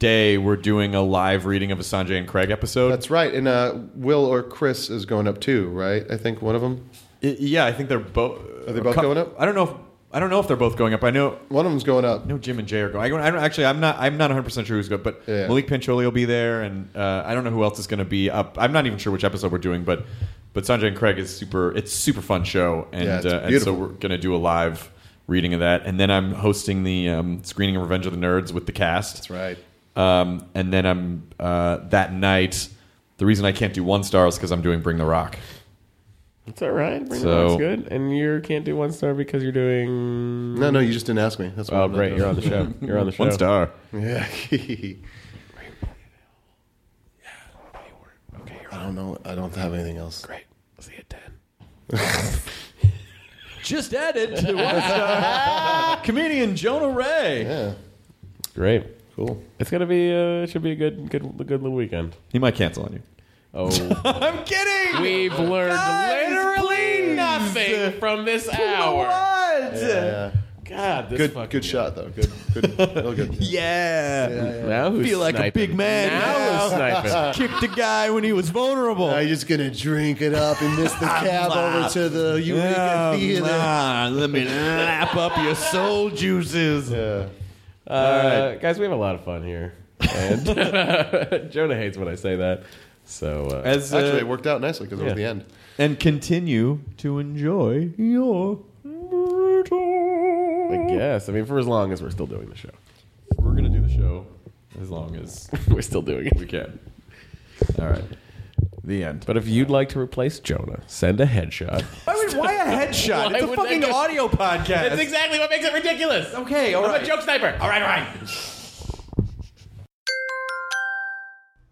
G: day we're doing a live reading of a Sanjay and Craig episode.
H: That's right. And uh, Will or Chris is going up too, right? I think one of them.
G: I- yeah, I think they're both. Are
H: they both going up?
G: I don't know. If, I don't know if they're both going up. I know.
H: One of them's going up.
G: I know Jim and Jay are going. I don't, I don't actually. I'm not. I'm not 100 percent sure who's good, but
H: Yeah.
G: Malik Pancholi will be there, and uh, I don't know who else is going to be up. I'm not even sure which episode we're doing, but but Sanjay and Craig is super. It's a super fun show, and
H: Yeah, it's
G: uh, and so
H: beautiful.
G: we're going to do a live reading of that, and then I'm hosting the um, screening of Revenge of the Nerds with the cast.
H: That's right.
G: Um, and then I'm uh, that night. The reason I can't do one star is because I'm doing Bring the Rock.
F: It's all right. Bring
G: So-
F: so, good. And you can't do one star because you're doing.
H: No, no, you just didn't ask me. That's what
F: Oh,
H: I'm not
F: great. You're on the
H: doing.
F: <laughs> show. You're on the show.
G: One star.
H: <laughs> Yeah. I don't know. I don't have anything else.
F: Great. See you at 10.
G: Just added to
F: <laughs>
G: one star. Comedian Jonah Ray.
H: Yeah.
F: Great.
H: Cool.
F: It's going to be, uh, it should be a good, good, good little weekend.
G: He might cancel on you.
F: Oh.
G: <laughs> I'm kidding.
F: We've learned
G: Guys,
F: literally
G: please.
F: nothing from this hour.
G: What?
H: Yeah.
F: God, this
H: Good.
F: fucking
H: Good shot though. Good. Good. Real <laughs> good.
G: Yeah.
F: Now who's
G: Feel like a
F: sniping?
G: big man
F: Now who's sniping? <laughs>
G: Kicked a guy when he was vulnerable.
H: I'm just gonna drink it up and miss <laughs> the cab over to the Eureka
G: Yeah,
H: Theater.
G: ah, let me lap up your soul juices.
H: Yeah.
F: Uh, Guys, we have a lot of fun here. And <laughs> Jonah hates when I say that. So, uh,
G: As, uh,
H: Actually, it worked out nicely because it
F: yeah.
H: was the end.
G: and continue to enjoy your burrito.
F: I guess. I mean, for as long as we're still doing the show,
G: We're gonna do the show as long as
F: <laughs> we're still doing it.
G: we can. All right. The end.
F: But if you'd like to replace Jonah, send a headshot.
G: Why, would, why a headshot?
F: <laughs> Why
G: it's a
F: would that
G: fucking
F: go-
G: audio podcast.
F: exactly what makes it ridiculous.
G: Okay, all right.
F: joke sniper. All right, all right.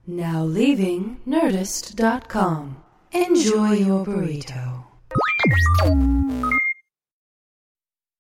E: Now leaving Nerdist.com. Enjoy your burrito.